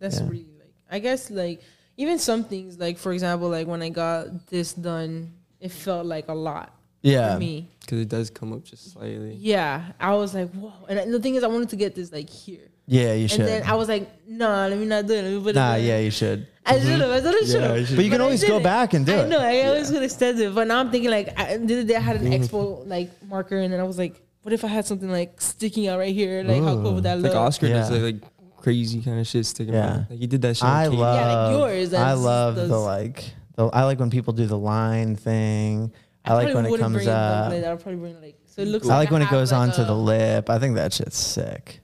S5: That's
S3: Yeah.
S5: really like I guess like even some things like for example like when I got this done, it felt like a lot
S3: yeah.
S5: for me.
S6: Because it does come up just slightly.
S5: Yeah, I was like whoa. And the thing is, I wanted to get this like here,
S3: Yeah, you
S5: and
S3: should.
S5: then I was like, nah, let me not do it. Let me put it
S3: nah,
S5: there."
S3: yeah, you should.
S5: I should have. I should have.
S3: But you can always go back and do
S5: I
S3: it.
S5: know. I always could extend it, but now I'm thinking like I, the other day I had
S3: (laughs)
S5: an expo like marker, and then I was like, what if I had something like sticking out right here? Like how cool
S3: Ooh.
S5: would that look?
S6: Like Oscar does
S3: Yeah.
S6: like, like crazy kind of shit sticking
S3: Yeah.
S6: out. Like he did that shit. on
S3: I
S6: Katie.
S3: love.
S5: yours,
S3: I
S5: that's-
S3: love the
S5: that's-
S3: like. The, I like when people do the line thing. I, like
S5: probably
S3: when it
S5: wouldn't
S3: comes
S5: bring up
S3: up.
S5: like that. I'll probably bring like so it looks.
S3: I like when it
S5: have,
S3: goes
S5: like,
S3: onto
S5: a-
S3: the lip. I think that shit's sick.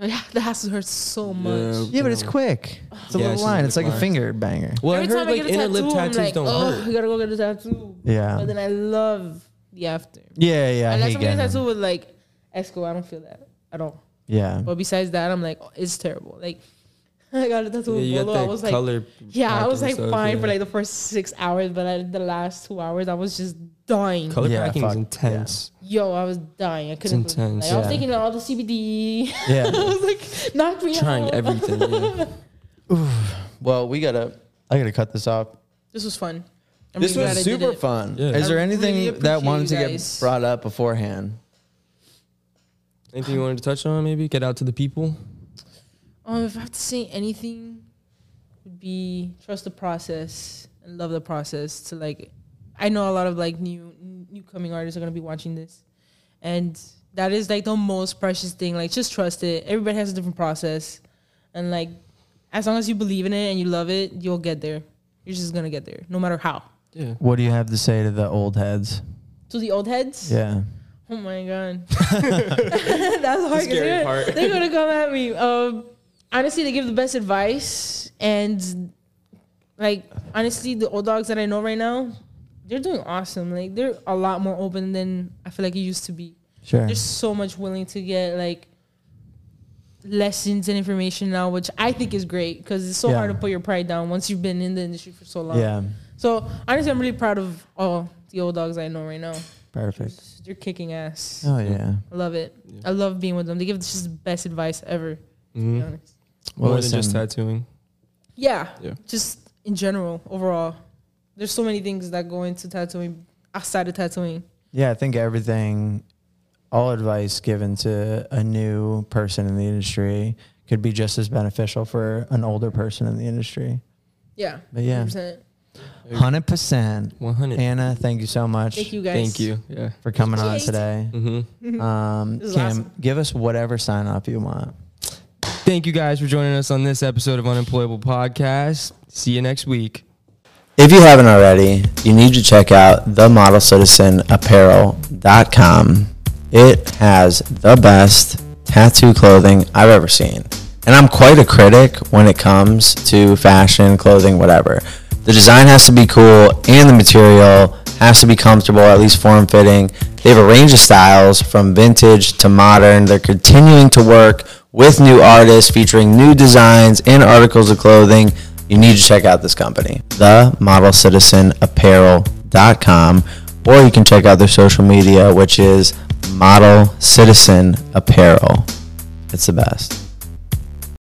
S5: Oh, yeah, that has to hurt so much.
S6: Yeah.
S3: Yeah, but it's quick. It's a
S6: Yeah,
S3: little
S6: it's just a
S3: line. It's
S6: quick
S3: like a
S6: line.
S3: finger banger.
S6: Well,
S5: Every
S6: I
S5: time
S6: heard
S5: I
S6: like
S5: get a
S6: inner lip
S5: tattoo, I'm
S6: tattoos
S5: like,
S6: don't
S5: oh,
S6: hurt.
S5: I gotta go get a tattoo.
S3: Yeah.
S5: But then I love the after.
S3: Yeah, yeah. I
S5: Unless
S3: hate
S5: I'm getting a
S3: getting
S5: tattoo
S3: them.
S5: with like Esco, I don't feel that at all.
S3: Yeah.
S5: But besides that, I'm like, oh, it's terrible. Like (laughs) I got a tattoo
S6: Yeah,
S5: with
S6: you
S5: Bolo.
S6: got
S5: I
S6: that
S5: was like,
S6: color.
S5: yeah, I
S6: packing
S5: was like
S6: stuff,
S5: fine
S6: yeah.
S5: for like the first six hours, but like, the last two hours, I was just dying.
S6: color
S3: Yeah,
S6: packing
S3: fuck,
S6: is intense.
S5: Yo, I was dying. I couldn't. believe-
S6: intense,
S5: like, I was
S3: yeah.
S5: thinking about all the CBD. (laughs) I
S3: Yeah.
S5: was like, knock me
S6: Trying
S5: out.
S6: everything. Yeah.
S5: (laughs)
S3: well, we gotta. I gotta cut this off.
S5: This was fun. I'm
S3: this
S5: really
S3: was
S5: glad I did
S3: super
S5: it.
S3: fun.
S6: Yeah.
S3: Is there
S5: I
S3: anything
S5: really
S3: that
S5: appreciate you
S3: wanted to get
S5: guys.
S3: brought up beforehand?
S6: Anything you wanted to touch on? Maybe get out to the people.
S5: Um, if I have to say anything, would be trust the process and love the process. To like, I know a lot of like new new coming artists are gonna be watching this, and that is like the most precious thing. Like, just trust it. Everybody has a different process, and like, as long as you believe in it and you love it, you'll get there. You're just gonna get there, no matter how.
S6: Yeah.
S3: What do you have to say to the old heads?
S5: To the old heads,
S3: Yeah.
S5: Oh my god, (laughs) that's hard. 'cause
S6: scary
S5: they're,
S6: part.
S5: they're gonna come at me. Um, honestly, they give the best advice, and like honestly, the old dogs that I know right now, they're doing awesome. Like they're a lot more open than I feel like it used to be.
S3: Sure.
S5: They're so much willing to get like lessons and information now, which I think is great because it's so
S3: Yeah.
S5: hard to put your pride down once you've been in the industry for so long.
S3: Yeah.
S5: So honestly, I'm really proud of all the old dogs I know right now.
S3: Perfect.
S5: They're kicking ass.
S3: Oh yeah.
S5: I love it.
S6: Yeah.
S5: I love being with them. They give just the best advice ever, to
S6: Mhm.
S5: be honest.
S3: Well,
S6: More than just
S3: listen.
S6: tattooing.
S5: Yeah,
S6: Yeah.
S5: Just in general, overall. there's so many things that go into tattooing outside of tattooing.
S3: Yeah, I think everything, all advice given to a new person in the industry could be just as beneficial for an older person in the industry.
S5: Yeah.
S3: But yeah.
S5: 100%.
S3: 100%.
S6: 100.
S3: Anna, thank you so much
S5: Thank you guys.
S6: Thank you. Yeah.
S3: for coming on
S5: Cheers.
S3: today.
S6: Mm-hmm.
S5: (laughs)
S3: Um,
S5: This is
S3: Kim,
S5: awesome.
S3: give us whatever sign off you want.
S4: Thank you guys for joining us on this episode of Unemployable Podcast. See you next week.
S3: If you haven't already, you need to check out themodelcitizenapparel.com. It has the best tattoo clothing I've ever seen. And I'm quite a critic when it comes to fashion, clothing, whatever. The design has to be cool and the material has to be comfortable, at least form fitting. They have a range of styles from vintage to modern. They're continuing to work with new artists featuring new designs and articles of clothing you need to check out this company, themodelcitizenapparel.com, or you can check out their social media, which is Model Citizen Apparel. It's the best.